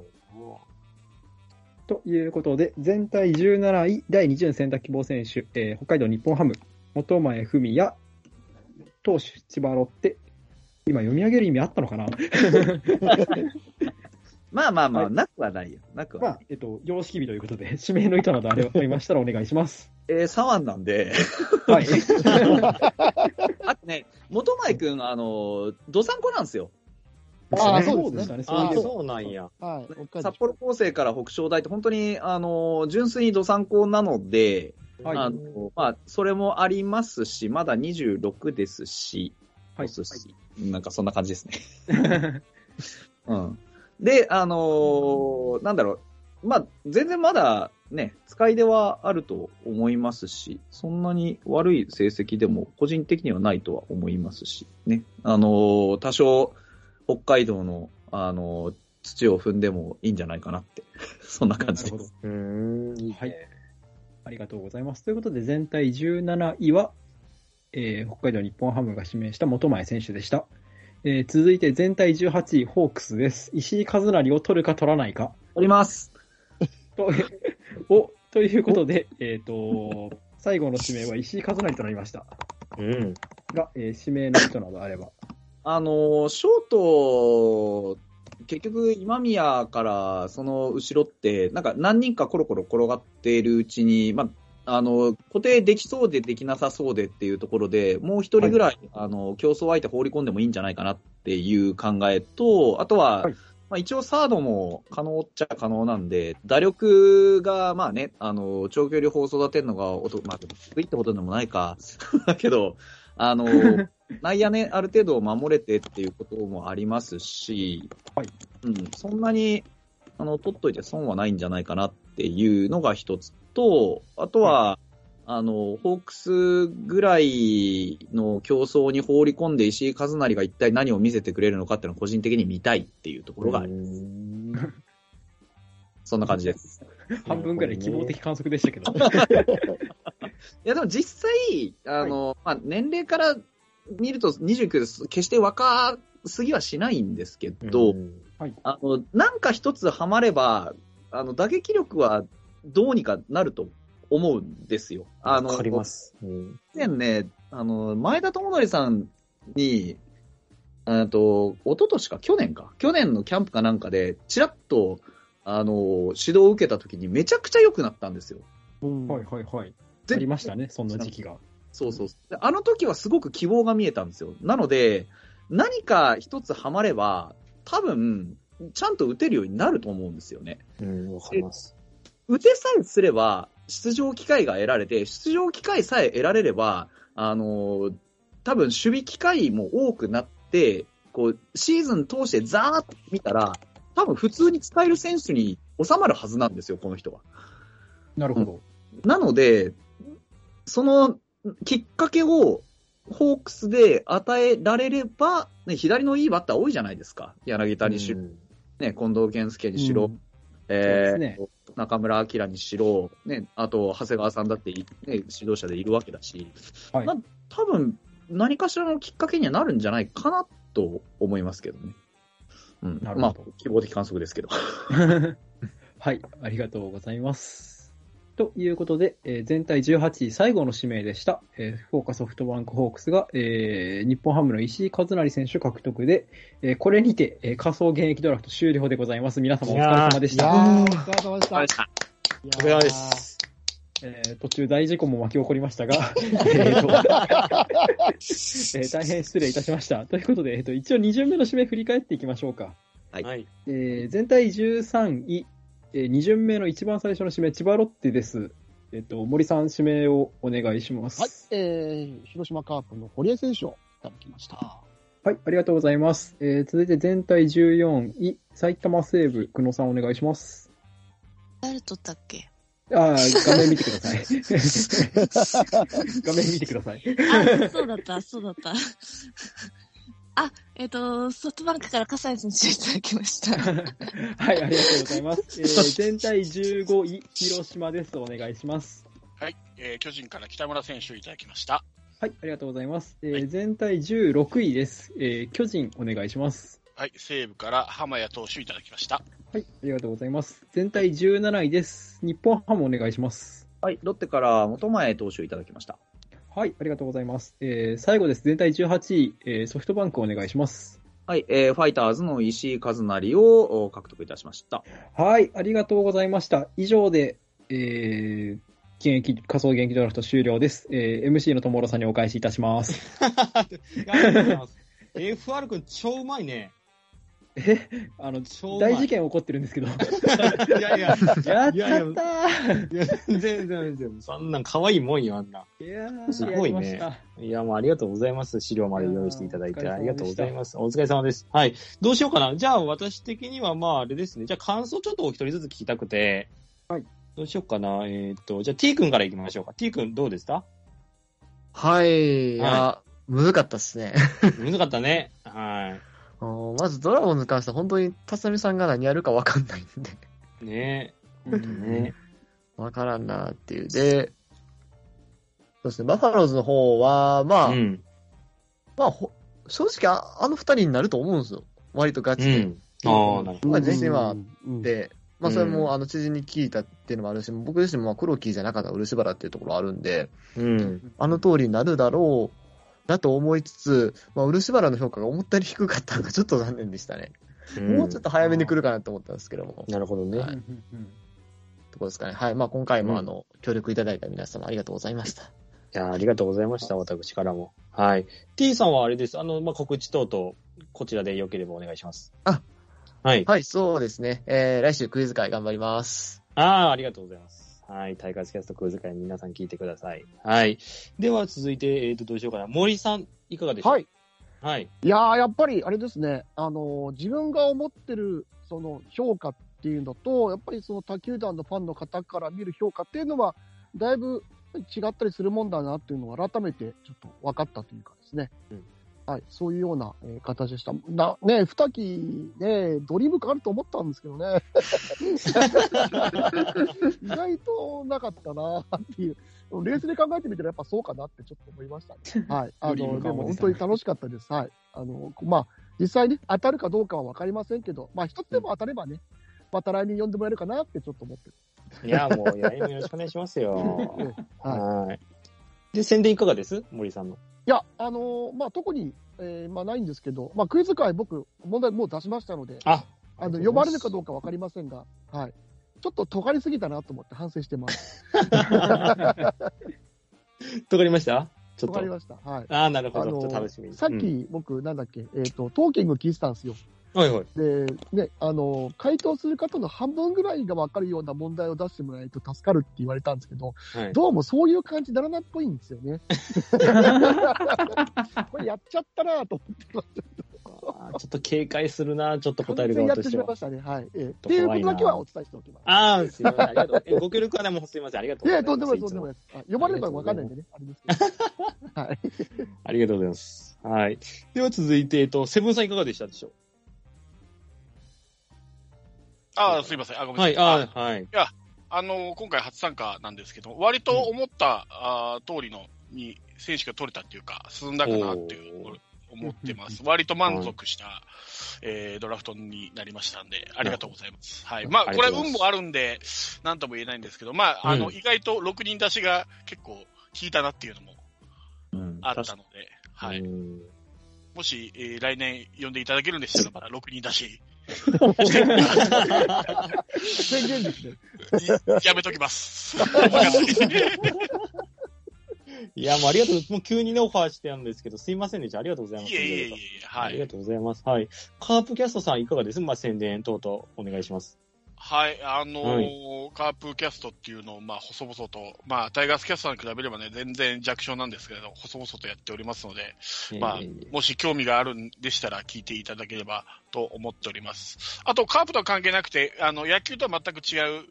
S3: ということで、全体17位、第2巡選択希望選手、えー北海道日本ハム、元前文也、投手千葉ロッテ、今読み上げる意味あったのかな
S5: まあまあまあ、
S3: はい
S5: なくはないよ。なくは
S3: ま
S5: ない。
S3: あ、えっと、様式日ということで、指名の意図などあればありましたらお願いします。
S5: えー、左腕なんで、
S3: はい。
S5: あとね、元前くん、あの、どさんこなんですよ。
S4: ああ、
S5: そ
S4: そうですね。
S3: ね
S2: あ
S4: あ
S2: あ、
S4: ー
S2: そ
S4: そう
S2: なんや。
S4: はい。北海道
S5: 札幌高生から北昇大って本当に、あの、純粋に土産校なので、
S3: はい
S5: あの、まあ、それもありますし、まだ26ですし、
S3: はい
S5: お寿司なんかそんな感じですね。うん。で、あのーなんだろう。まあ、全然まだね、使い出はあると思いますし、そんなに悪い成績でも個人的にはないとは思いますし、ね。あのー多少、北海道の、あのー土を踏んでもいいんじゃないかなって、 そんな感じです。
S3: なる
S2: うーん。
S3: ほどはい。ありがとうございます。ということで、全体17位は、えー北海道日本ハムが指名した本前選手でした。えー続いて全体18位、ホークスです。石井和成を取るか取らないか。
S5: おります。
S3: と おということで、えっ、と、最後の指名は石井和成となりました。
S2: うん。
S3: が、えー指名の人などあれば。
S5: あのーショート、結局、今宮からその後ろって、なんか何人かコロコロ転がっているうちに、まあ、あの、固定できそうでできなさそうでっていうところで、もう一人ぐらい、あの、競争相手放り込んでもいいんじゃないかなっていう考えと、あとは、
S3: はい
S5: まあ、一応サードも可能っちゃ可能なんで、打力が、まあね、あの、長距離砲を育てるのがおと、まあ、低いってことでもないか。 だけど、あの、 内野ね、ある程度守れてっていうこともありますし、
S3: はい
S5: うん、そんなにあの取っといて損はないんじゃないかなっていうのが一つと、あとは、あのホークスぐらいの競争に放り込んで石井和成が一体何を見せてくれるのかっていうのを個人的に見たいっていうところがあります。そんな感じです。
S3: 半分ぐらい希望的観測でしたけど。
S5: いや、でも実際、あの、まあ、年齢から見ると29です。決して若すぎはしないんですけど、
S2: ん
S5: あの、なんか一つハマれば、あの、打撃力はどうにかなると思うんですよ。あの、
S2: わかります。うん
S5: 以前ね、あの、前田智則さんに、えっと、一昨年か、去年か、去年のキャンプかなんかで、ちらっと、あの、指導を受けた時にめちゃくちゃ良くなったんですよ。
S4: うん
S3: はいはいはい。あ
S5: 全
S3: りましたね、そんな時期が。
S5: そうそうそうであの時はすごく希望が見えたんですよ。なので、何か一つハマれば、多分、ちゃんと打てるようになると思うんですよね。
S2: うん、わかります。
S5: 打てさえすれば、出場機会が得られて、出場機会さえ得られれば、あのー多分守備機会も多くなって、こう、シーズン通してザーッと見たら、多分普通に使える選手に収まるはずなんですよ、この人は。
S3: なるほど。
S5: なので、そのきっかけをホークスで与えられれば、ね、左のいいバッター多いじゃないですか。柳田にしろ、
S2: うん
S5: ね、近藤健介にしろ、
S3: うん
S5: え
S3: そう
S5: ー
S3: です
S5: 中村明にしろ、ね、あと長谷川さんだってい、ね、指導者でいるわけだし、
S3: はい
S5: まあ多分何かしらのきっかけにはなるんじゃないかなと思いますけどね。うん、
S3: なるほど
S5: まあ、希望的観測ですけど。
S3: はい、ありがとうございます。ということで、えー全体18位最後の指名でした、えー福岡ソフトバンクホークスが、えー日本ハムの石井和成選手獲得で、えーこれにて、えー仮想現役ドラフト終了でございます。皆様お疲れ様でし
S4: いや
S3: た。
S4: ー、お疲れ様でした。
S2: お疲れ様です。
S3: えー途中大事故も巻き起こりましたが、えーとえー大変失礼いたしました。ということで、えーと一応2巡目の指名振り返っていきましょうか。
S5: い
S2: はい。
S3: えー全体13位、えー、2巡目の一番最初の指名、千葉ロッテです。えっ、と、森さん指名をお願いしま
S4: はい
S3: す。、
S4: えー、広島カープの堀江選手をいただきました。
S3: はい、ありがとうございます。えー続いて全体14位、埼玉西部、久野さんお願いします。
S7: 誰取ったっけ
S3: あー画面見てください。画面見てください。
S7: あ、そうだった、そうだった。 あ、えっ、と、ソフトバンクから笠井選手いただきました。
S3: はい、ありがとうございます。えー全体15位、広島です。お願いします。
S6: はい、えー巨人から北村選手をいただきました。
S3: はい、ありがとうございます。えー
S6: はい
S3: 全体16位です。えー巨人、お願いします。
S6: はい、西武から浜谷投手をいただきました。
S3: はい、ありがとうございます。全体17位です。日本ハムお願いします。
S5: はい、ロッテから元前投手をいただきました。
S3: はい、ありがとうございます。えー、最後です。全体18位、えー、ソフトバンクお願いします。
S5: はい、えーファイターズの石井和成をお獲得いたしました。
S3: はい、ありがとうございました。以上で、えー、現役、仮想現役ドラフト終了です。えー、MC の友ろさんにお返しいたします。
S2: ありがとうございます。FR 君超うまいね。
S3: え、あの、
S2: 超うまい
S3: 大事件起こってるんですけど。やっ
S2: いやいや、
S3: ちゃったー
S2: い
S3: い
S2: や
S3: や
S2: いやいや全然全然。そんなん可愛いもんよ、あんな。
S3: ー
S2: すごいね
S3: やりました
S2: いや、もうありがとうございます。資料まで用意していただい
S3: い
S2: て、
S3: やー
S2: ありがとうございます。お疲れ様です。はい。どうしようかな。じゃあ、私的には、まあ、あれですね。じゃあ、感想ちょっとお一人ずつ聞きたくて。
S3: はい。
S2: どうしようかな。えーっと、じゃあ、t 君からいきましょうか。t 君、どうでした
S1: はい。いや、むずかったっすね。
S2: 難かったね。は
S1: あのまずドラゴンに関しては本当に、辰巳さんが何やるかわかんないんで、
S2: い。ねえ。本当 ね。
S1: わからんなっていう。で、そうですね、バファローズの方は、まあ、
S2: うん。
S1: まあ、ほ正直あ、あの二人になると思うんですよ。割とガ
S2: う
S1: チで。
S2: ん。ああ、なるほ
S1: まあ、自信はあっ
S4: うん
S1: て、まあ、それ
S2: うん
S1: も、あの、知人に聞いたっていうのもあるし、僕自身も、まあ、黒木じゃなかった漆原っていうところあるんで、
S2: ど。うん。
S1: あの通りになるだろう、だと思いつつ、まあ、漆原の評価が思ったより低かったのがちょっと残念でしたね。もうちょっと早めに来るかなと思ったんですけども、
S2: なるほどね。
S1: はいところですかね。はい。まあ、今回
S2: うん
S1: も、あの、協力いただいた皆様ありがとうございました。
S2: いやー、ありがとうございました、私からも。はい。T さんはあれです。あの、まあ、告知等々、こちらで良ければお願いします。
S1: あ、
S2: はい。
S1: はい、そうですね。えー、来週クイズ会頑張ります。
S2: ああ、ありがとうございます。はい。タイガースキャストクイズ会皆さん聞いてください。はい。では続いて、えっ、と、どうしようかな。森さん、いかがでしょう
S4: はい。
S2: はい。
S4: いやー、やっぱりあれですね、あのー自分が思ってるその評価っていうのと、やっぱりその他球団のファンの方から見る評価っていうのは、だいぶ違ったりするもんだなっていうのを改めてちょっと分かったというかですね、
S2: うん
S4: はい、そういうような、えー形でした。なね、二木、ね、ドリームがあると思ったんですけどね、 意外となかったなっていう、レースで考えてみたら、やっぱそうかなってちょっと思いました。はい、あ
S3: ドリー
S4: の
S3: ム
S4: で
S3: が
S4: も
S3: お
S4: 本
S3: じさ
S4: 当
S3: ん
S4: に楽しかったです。はい、あのまあ実際に当たるかどうかは分かりませんけど、まあ一つでも当たればね、また来年呼んでもらえるかなってちょっと思ってる。
S2: いやー、もう、いやよろしくお願いしますよ。
S4: はい
S2: はい。で、宣伝いかがです森さんの。
S4: いや、あのまあ特に、えーまあないんですけど、まあクイズ会僕問題もう出しましたので、
S2: あ、
S4: あの呼ばれるかど
S2: う
S4: うか分かりませんが、はい。ちょっと尖りすぎたなと思って反省してます。
S2: か。わかりましたちょっ
S4: 尖り
S2: と。
S4: ました。はい。
S2: ああ、なるほ
S4: あ
S2: ど。
S4: の
S2: ちょっと楽しみに。
S4: さっ
S2: うん
S4: き僕、なんだっけ、えっ、と、トーキング聞いてたんですよ。
S2: はいはい。
S4: で、ね、あの、回答する方の半分ぐらいが分かるような問題を出してもらえると助かるって言われたんですけど、
S2: はい
S4: どうもそういう感じにならないっぽいんです よね。 これやっちゃったなと思ってました。
S2: あーちょっと警戒するな、ちょっと答え
S4: 完
S2: る
S4: 全にや
S2: 側
S4: っ
S2: とし
S4: てしてまい
S2: は
S4: ま。したね。はい。ええ
S2: と
S4: っ
S2: 怖
S4: て
S2: い
S4: い
S2: な
S4: うことだけはお伝えしておきます。
S2: ああ、すいません。ありがとう。えご協力はね、もうすいません。ありがとうご
S4: い
S2: ざ
S4: や、
S2: います。。
S4: とんでもない、とんでもないいですあ。呼ばれるか分かんないんでね、あれですけど。はい。
S2: ありがとうございます。はい。では続いて、えっと、セブンさんいかがでしたでしょ
S6: ああ、すいません。あ、ご
S2: う
S6: めんな
S2: はい、
S6: さい。
S2: あーはい。
S6: あの、今回初参加なんですけど、割と思った、あー通りのに選手が取れたっていうか、進んだかなっていう
S2: おー
S6: 思ってます。割と満足した、えードラフトになりましたんで、ありがとうございます。はい。まあ、
S2: あり
S6: こ
S2: が
S6: れ
S2: とう
S6: は
S2: ございま
S6: 運
S2: す
S6: もあるんで、なんとも言えないんですけど、まあ、あの、
S2: うん
S6: 意外と6人出しが結構効いたなっていうのも
S5: うん
S6: あったので、は
S2: う
S6: い。
S2: ん
S6: もし、えー来年呼んでいただけるんでしたら、 また6人出し、
S4: 宣言ですね。
S6: い やめとき ます。わかんない
S2: いや、もうありがとうございます。もう急にね、オファーしてたんですけど、すいませんでした。ありがとうございます。
S6: いえいえいえいえ、
S2: あ
S6: は
S2: りが
S6: い。
S2: とうございます。はい。カープキャストさんいかがですまあ、宣伝等々お願いします。
S6: はい、あのー
S2: は
S6: カープキャストっていうのを、まあ、細々と、まあ、タイガースキャストに比べればね、全然弱小なんですけれど、細々とやっておりますので、まあ
S2: えー
S6: もし興味があるんでしたら聞いていただければと思っております。あと、カープとは関係なくて、あの、野球とは全く違う、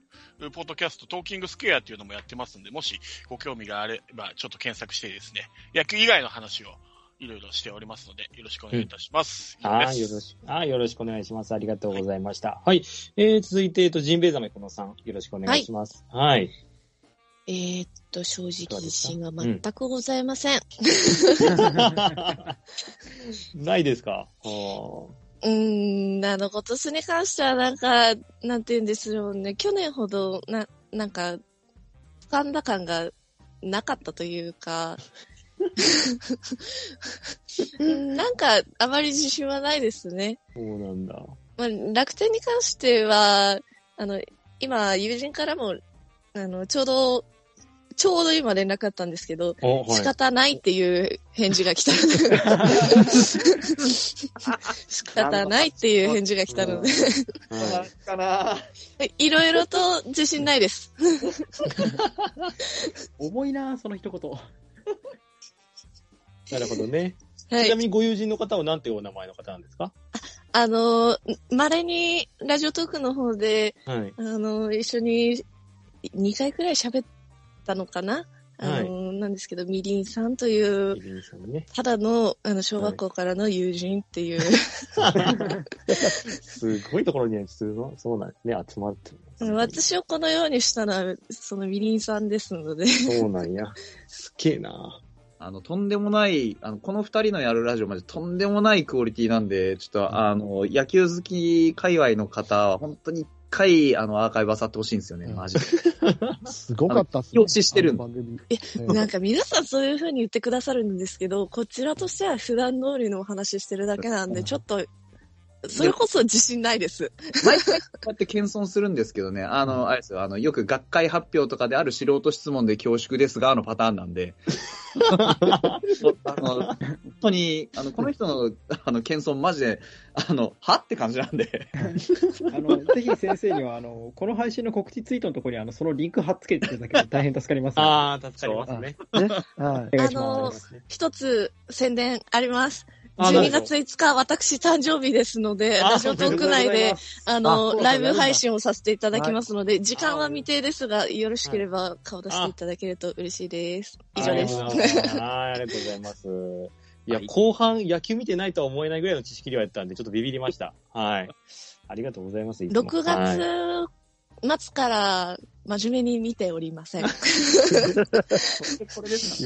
S6: ポッドキャスト、トーキングスクエアっていうのもやってますんで、もしご興味があれば、ちょっと検索してですね、野球以外の話をいろいろしておりますので、よろしくお願いいたします。以上
S2: あ
S6: で
S2: あ、
S6: す
S2: よろしく、ああ、よろしくお願いします。ありがとうございました。はい。えー、続いて、えっと、ジンベエザメこのさん、よろしくお願いします。はい。
S7: えーっと、正直自信が全くございません。
S2: ないですかあー
S7: うーん、あの、今年に関してはなんか、なんて言うんですよね。去年ほど、な、なんか、掴んだ感がなかったというか、 うんなんか、あまり自信はないですね。
S2: そうなんだ。
S7: まあ、楽天に関しては、あの、今、友人からも、あの、ちょうど、ちょうど今連絡あったんですけど、
S2: お、はい
S7: 仕。方ないっていう返事が来たの で、仕方ないっていう返事が来たので、
S2: はい
S8: かな。
S7: いろいろと自信ないです。
S8: 重いな、その一言。
S2: なるほどね。
S7: は。
S2: ちないみにご友人の方は何ていうお名前の方なんですか
S7: あの、稀にラジオトークの方で、
S2: はい。
S7: あの、一緒に2回くらい喋ったのかな、あの、なんですけど、みりんさんという、
S2: リリーさん ね。
S7: ただの、あの、小学校からの友人っていう、
S2: すごいところには、すごいそうなんですね、集まってますね。
S7: 私をこのようにしたのは、そのみりんさんですので、
S2: そうなんや。すげえな。
S5: あの、とんでもない、あの、この二人のやるラジオまでとんでもないクオリティなんで、ちょっと、あの、野球好き界隈の方は、本当に一回、あの、アーカイブ漁ってほしいんですよね、マジで。
S4: すごかったっす
S5: あの表紙してる
S4: あの番
S5: の
S4: 組。
S7: なんか皆さんそういう風に言ってくださるんですけど、こちらとしては普段通りのお話ししてるだけなんで、ちょっと、それこそ自信ないです。
S5: 毎回、こうやって謙遜するんですけど ね、あの、あれですよ、あの、よく学会発表とかである素人質問で恐縮ですが、のパターンなん で。あの、本当に、あの、この人の、あの、謙遜マジで、あの、はって感じなんで。
S3: あの、ぜひ先生には、あの、この配信の告知ツイートのところに、あの、そのリンク貼っつけていただけると大変助かりますので、
S2: ああ、助かりますね。
S4: は
S3: お願い
S7: あ
S3: します。
S7: の、一つ宣伝あります。
S2: あなるほ
S7: 12
S2: ど
S7: 月5日、私誕生日ですので、
S2: あ
S7: ラジオトーク内で、あ
S4: あ
S7: の
S4: そう、だ
S7: ライブ配信をさせていただきますので、時間は未定ですが、よろしければ顔出していただけると嬉しいです。以上です。
S2: はい、ありがとうございます。いや、後半、野球見てないとは思えないぐらいの知識量やったんで、ちょっとビビりました。はい。ありがとうございます。いつも
S7: 6
S2: はい
S7: 月末から真面目に見ておりません。
S2: これです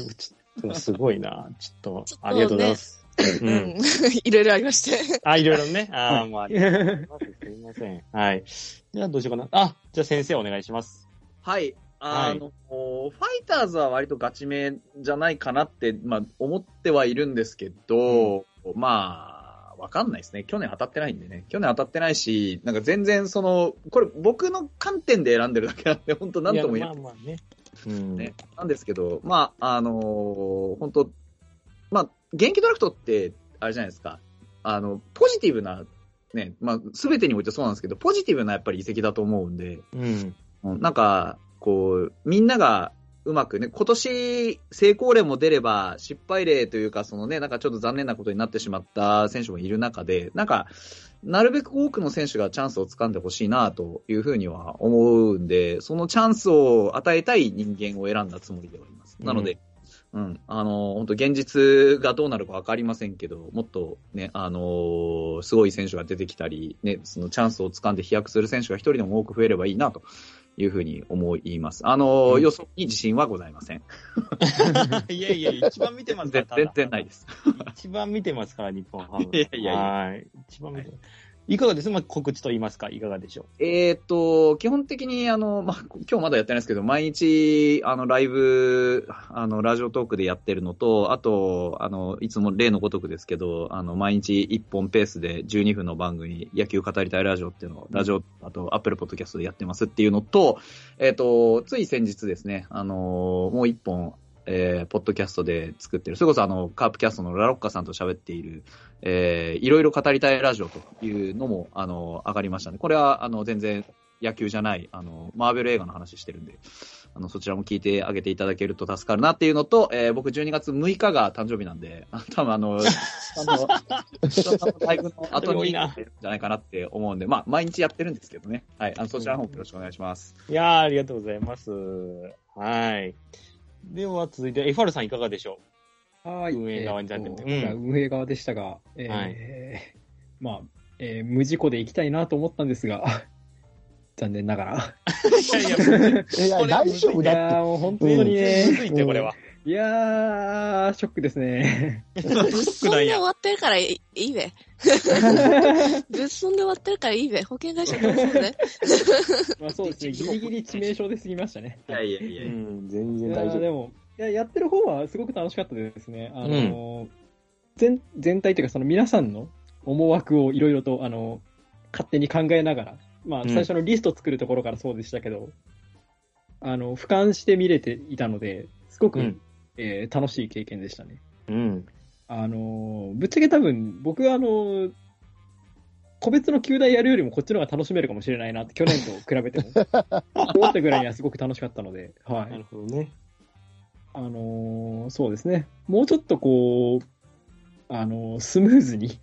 S2: かちょっとすごいな。ちょっ
S7: ち
S2: と
S7: ょっとね、
S2: ありがとうございます。
S7: う。ん。 いろいろありまして。
S2: あ、いろいろね。あー、まあ、ありがとうございます。すいません。はい。じゃあ、どうしようかな。あ、じゃあ先生お願いします。
S5: はい。あの、ファイターズは割とガチめじゃないかなって、まあ、思ってはいるんですけど、まあ、わかんないですね。去年当たってないんでね。去年当たってないし、なんか全然その、これ僕の観点で選んでるだけなんで、本当なんとも言えない
S2: いやまあまあね。うん。
S5: ね、なんですけど、まあ、あのー本当、まあ、現役ドラフトって、あれじゃないですか、あの、ポジティブな、ね、まあ、すべてにおいてそうなんですけど、ポジティブなやっぱり移籍だと思うんで、
S2: うん。
S5: うんなんか、こう、みんながうまくね、今年成功例も出れば、失敗例というか、そのね、なんかちょっと残念なことになってしまった選手もいる中で、なんか、なるべく多くの選手がチャンスを掴んでほしいなというふうには思うんで、そのチャンスを与えたい人間を選んだつもりではいます。なので、うん、あの、本当現実がどうなるかわかりませんけど、もっとね、あのーすごい選手が出てきたり、ね、そのチャンスを掴んで飛躍する選手が一人でも多く増えればいいなというふうに思います。あのー
S2: うん
S5: 予想に自信はございません。
S2: いやいや、一番見てますか
S5: 全
S2: ら。
S5: 然ないです。
S2: 一番見てますから、日本ハム。
S5: いやいやいや
S2: はい。一番見ていかがですまあ、告知と言いますか、いかがでしょ
S5: えっと、基本的に、あの、まあ、今日まだやってないですけど、毎日、あの、ライブ、あの、ラジオトークでやってるのと、あと、あの、いつも例のごとくですけど、あの、毎日1本ペースで12分の番組、野球語りたいラジオっていうのを、ラジオ、あと、アップルポッドキャストでやってますっていうのと、えっ、と、つい先日ですね、あの、もう1本、えーポッドキャストで作ってる、それこそあの、カープキャストのラロッカさんと喋っている、えーいろいろ語りたいラジオというのも、あの、上がりましたね。これは、あの、全然野球じゃない、あの、マーベル映画の話してるんで、あの、そちらも聞いてあげていただけると助かるなっていうのと、えー僕12月6日が誕生日なんで、あ多分あ の、あの、大分の後に、じゃないかなって思うんで、まあ、毎日やってるんですけどね。はい、あの、そちらの方よろしくお願いします。
S2: う。いやー、ありがとうございます。はい。では、続いて、FR さんいかがでしょ
S3: はい。
S2: 運営側になってて
S3: えーと
S2: う
S3: 運営側でしたが、えー
S2: はい
S3: まあ、えー無事故で行きたいなと思ったんですが、 残念ながら。
S2: ういやいや、むずい。
S4: い。いや、
S2: これは
S4: 大
S2: むずい
S4: 丈夫
S3: い
S4: だっ
S3: や
S4: て。
S3: ー、もう本当
S2: む
S3: にね。
S2: ずいって、これは。
S3: いやー、ショックですね。
S7: 物損で終わってるからいいべ。物損で終わってるからいいべ。保険会社どうぞね。
S3: まあそうですね、ギリギリ致命傷で過ぎましたね。
S5: いやいやいうや、
S2: ん、全
S3: い
S2: 然
S3: や
S2: 大丈
S3: ー
S2: 夫。
S3: でもいや、やってる方はすごく楽しかったですね。あのー全全体というか、その皆さんの思惑をいろいろと、あのー勝手に考えながら、まあ、
S2: うん
S3: 最初のリスト作るところからそうでしたけど、あの、俯瞰して見れていたので、すごく、
S2: うん
S3: えー楽しい経験でしたね。
S2: うん。
S3: あのーぶっちゃけ多分、僕はあのー個別の球団やるよりもこっちの方が楽しめるかもしれないなって、去年と比べ ても、思ったぐらいにはすごく楽しかったので、は。
S2: ないるほどね。
S3: あのーそうですね。もうちょっとこう、あのースムーズに、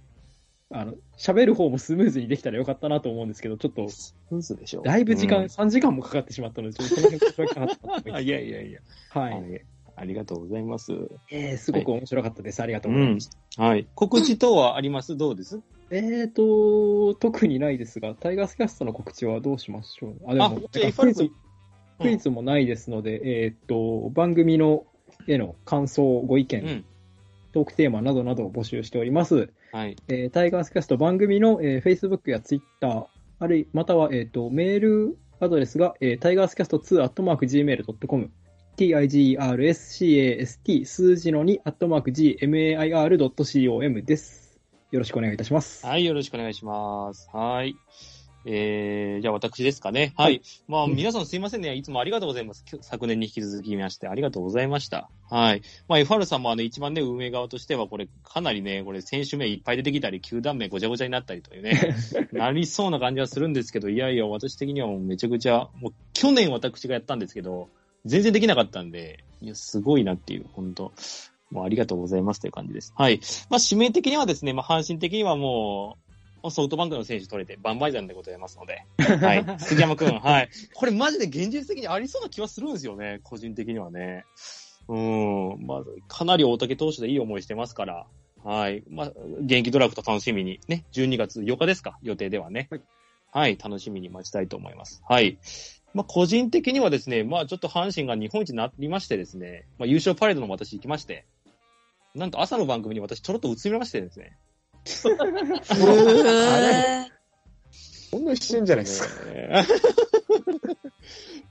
S3: あの、喋る方もスムーズにできたらよかったなと思うんですけど、ちょっと、
S2: ムズでしょ
S3: だいぶ時間、
S2: うん
S3: 3時間もかかってしまったので、ちょっとその辺申し訳なかったなと思いま
S2: あ
S3: す
S2: いやいやいや。
S3: はい。
S2: はい。ありがとうございます。
S3: えーすごく面白かったです。ありがと
S2: う
S3: うござい
S2: ん
S3: まし。
S2: はい。告知等はありますどうです
S3: た。えーと、特にないですが、タイガースキャストの告知はどうしましょう。あ、で
S2: あ
S3: も、、
S2: じゃあ、
S3: クイ
S2: F
S3: ズ
S2: 君、
S3: クイズもないですので、えーっと、番組の、への感想、ご意見、
S2: うん。
S3: トークテーマなどなどを募集しております。
S2: はい。
S3: えータイガースキャスト番組の、えー Facebook や Twitter、あるいまたは、えー、とメールアドレスが、えー、タイガースキャスト2 gmail.com、tigerscast 数字の2 gmair.com です。よろしくお願いいたします。
S2: はい、よろしくお願いします。はい。えー、じゃあ私ですかね。はい。ま
S3: は
S2: あ、
S3: うん
S2: 皆さんすいませんね。いつもありがとうございます。きょ昨年に引き続きまして、ありがとうございました。はい。まあ、FR さんもあの、一番ね、運営側としては、これ、かなりね、これ、選手名いっぱい出てきたり、球団名ごちゃごちゃになったりというね、なりそうな感じはするんですけど、いやいや、私的にはもうめちゃくちゃ、もう、去年私がやったんですけど、全然できなかったんで、いや、すごいなっていう、本当もうありがとうございますという感じです。はい。まあ、指名的にはですね、まあ、阪神的にはもう、ソフトバンクの選手取れて、万倍山でございますの で、はい。杉山くん、はい。これマジで現実的にありそうな気はするんですよね、個人的にはね。うん。まあ、かなり大竹投手でいい思いしてますから、はい。まあ、現役ドラフト楽しみに、ね、12月8日ですか、予定ではね。
S3: はい
S2: はい、楽しみに待ちたいと思います。はい。まあ、個人的にはですね、まあ、ちょっと阪神が日本一になりましてですね、まあ、優勝パレードの私行きまして、なんと朝の番組に私ちょろっと映りましてです ね。
S1: ーほんの一瞬じゃないですか。
S2: ね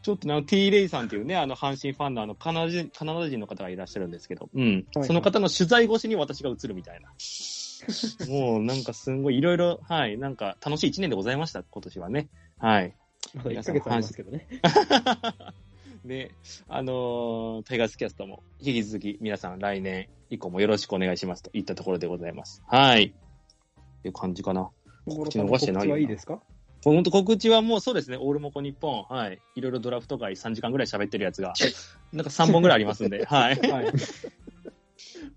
S2: ちょっとねあの T ・レイさんというね、あの、阪神ファンのあのカナダ人、カナダ人の方がいらっしゃるんですけど、うん。
S3: はい
S2: その方の取材越しに私が映るみ たいな。もうなんかすんごいいろいろ、はい、なんか楽しい一年でございました、今年はね。はい。
S3: まだ1ヶ月ありますけどね。
S2: で、あのータイガースキャストも引き続き皆さん来年以降もよろしくお願いしますといったところでございます。はい。っていう感じかな。
S3: 小
S2: 告知
S3: 室さんの
S2: 逃して
S3: 告
S2: ない
S3: 知
S2: よ
S3: は
S2: ない
S3: いですか
S2: 本当告知はもうそうですね、オールモコ日本、はい。いろいろドラフト会3時間ぐらい喋ってるやつが、なんか3本ぐらいありますん で、はい。
S3: はい。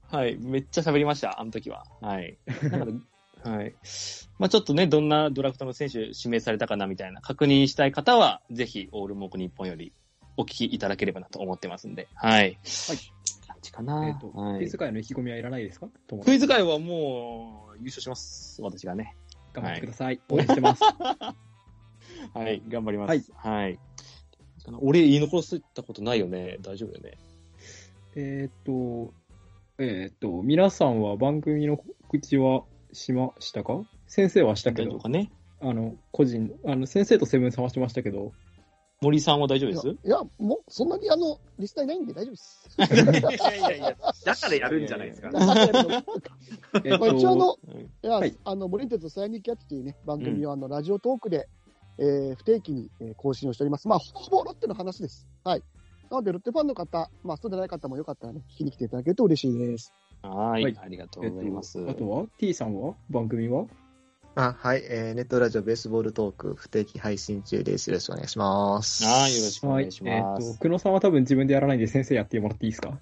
S2: はい。めっちゃ喋りました、あの時は。はい。なのではい。まあちょっとね、どんなドラフトの選手指名されたかなみたいな、確認したい方は、ぜひ、オールモコ日本よりお聞きいただければなと思ってますんで、はい。
S3: はい。
S2: 感じかな。
S3: えっと、
S2: は
S3: クイ
S2: い
S3: ズ、界の意気込みはいらないですかとも
S2: クイズ会はもう、優勝します、私がね。
S3: 頑張ってください。応援してます。
S2: はい、頑張ります。はい。あの俺、言い残したことないよね。大丈夫だよね。
S3: えーっと、えーっと、皆さんは番組の告知はしましたか先生はしたけ
S2: 大丈
S3: ど
S2: 夫、かね。
S3: あの、個人、あの、先生とセブンさんはしてましたけど、
S2: 森さんは大丈夫
S4: い
S2: で
S4: や
S2: す
S4: いや、もう、そんなにあの、リスナーいないんで大丈夫です。
S2: い やいやい
S9: だからやるんじゃないですか。
S3: えーっ
S4: まあ一応あ
S3: と、
S4: の、いや
S3: はい
S4: あの、森哲サイニーキャッチというね、番組をあの、ラジオトークで、えー不定期にえー更新をしております。まあ、ほぼロッテの話です。はい。なので、ロッテファンの方、まあ、そうでない方もよかったらね、聞きに来ていただけると嬉しいです。
S2: や。は
S3: はいい、
S2: ありがと
S3: え
S2: うござい
S3: ー
S2: ま
S3: っ
S2: す。
S3: と、あとは ?T さんは番組は
S1: あ、はい、えーネットラジオベースボールトーク不定期配信中です。よろしくお願いします。
S2: はい、よろしくお
S3: は
S2: 願
S3: い。え
S2: いしま
S3: ーっと、
S2: す。
S3: 久野さんは多分自分でやらないんで先生やってもらっていいですか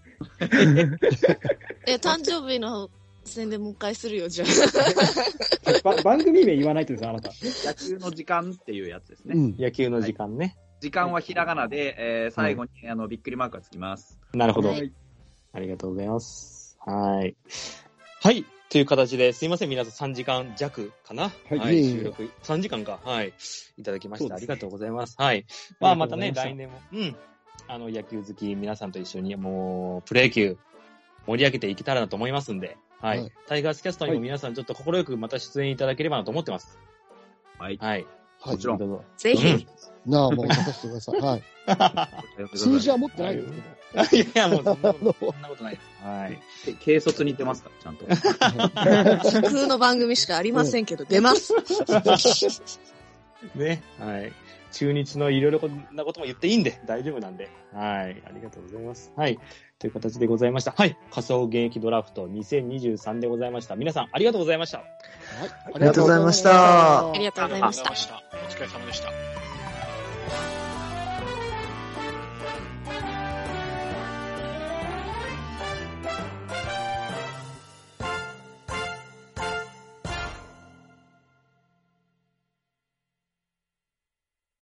S7: え、誕生日の宣伝もう一回するよ、じゃ
S3: ば番組名言わないとです、あなた。
S9: 野球の時間っていうやつですね。
S4: うん。
S2: 野球の時間ね。
S9: 時間はひらがなで、えー最後に、あのびっくりマークがつきます。
S2: なるほ
S7: あ。
S2: ど。
S7: はい。
S2: ありがとうございます。はい。はい。という形で、すいません、皆さん3時間弱かな。
S3: はい
S4: いえいえ
S2: 収録3時間か。はい。いただきまし
S3: そ
S2: た。
S3: う
S2: あ
S3: です
S2: り
S3: ね
S2: がとうございます。はい。まあ、また
S3: あ
S2: ね、
S3: りがとう
S2: 来年も、うん。あの、野球好き、皆さんと一緒に、もう、プロ野球、盛り上げていけたらなと思いますんで、はい。
S4: はい
S2: タイガースキャストにも
S3: はい
S2: 皆さん、ちょっと心よくまた出演いただければなと思ってます。
S9: はい。
S2: はい。
S4: はい
S9: もちろん
S2: どう ぞ。
S7: ぜ
S2: う
S7: ひ
S2: ん。
S4: なあ、もう、任せてください。はい。数字は持ってないですけど。
S2: いやいや、もうそんなこと、そんなことないです。はい。
S9: 軽率に言ってますから、ちゃんと。
S7: 架空の番組しかありませんけど、出ます。
S2: ね。はい。中日のいろいろなことも言っていいんで、大丈夫なんで。はい。ありがとうございます。はい。という形でございました。はい。仮想現役ドラフト2023でございました。皆さん、ありがとうございました。
S1: ありがとうございました。
S7: ありがとうござい
S6: ありがと
S7: まし
S6: うござい
S7: た
S6: ま。した。お疲れ様でした。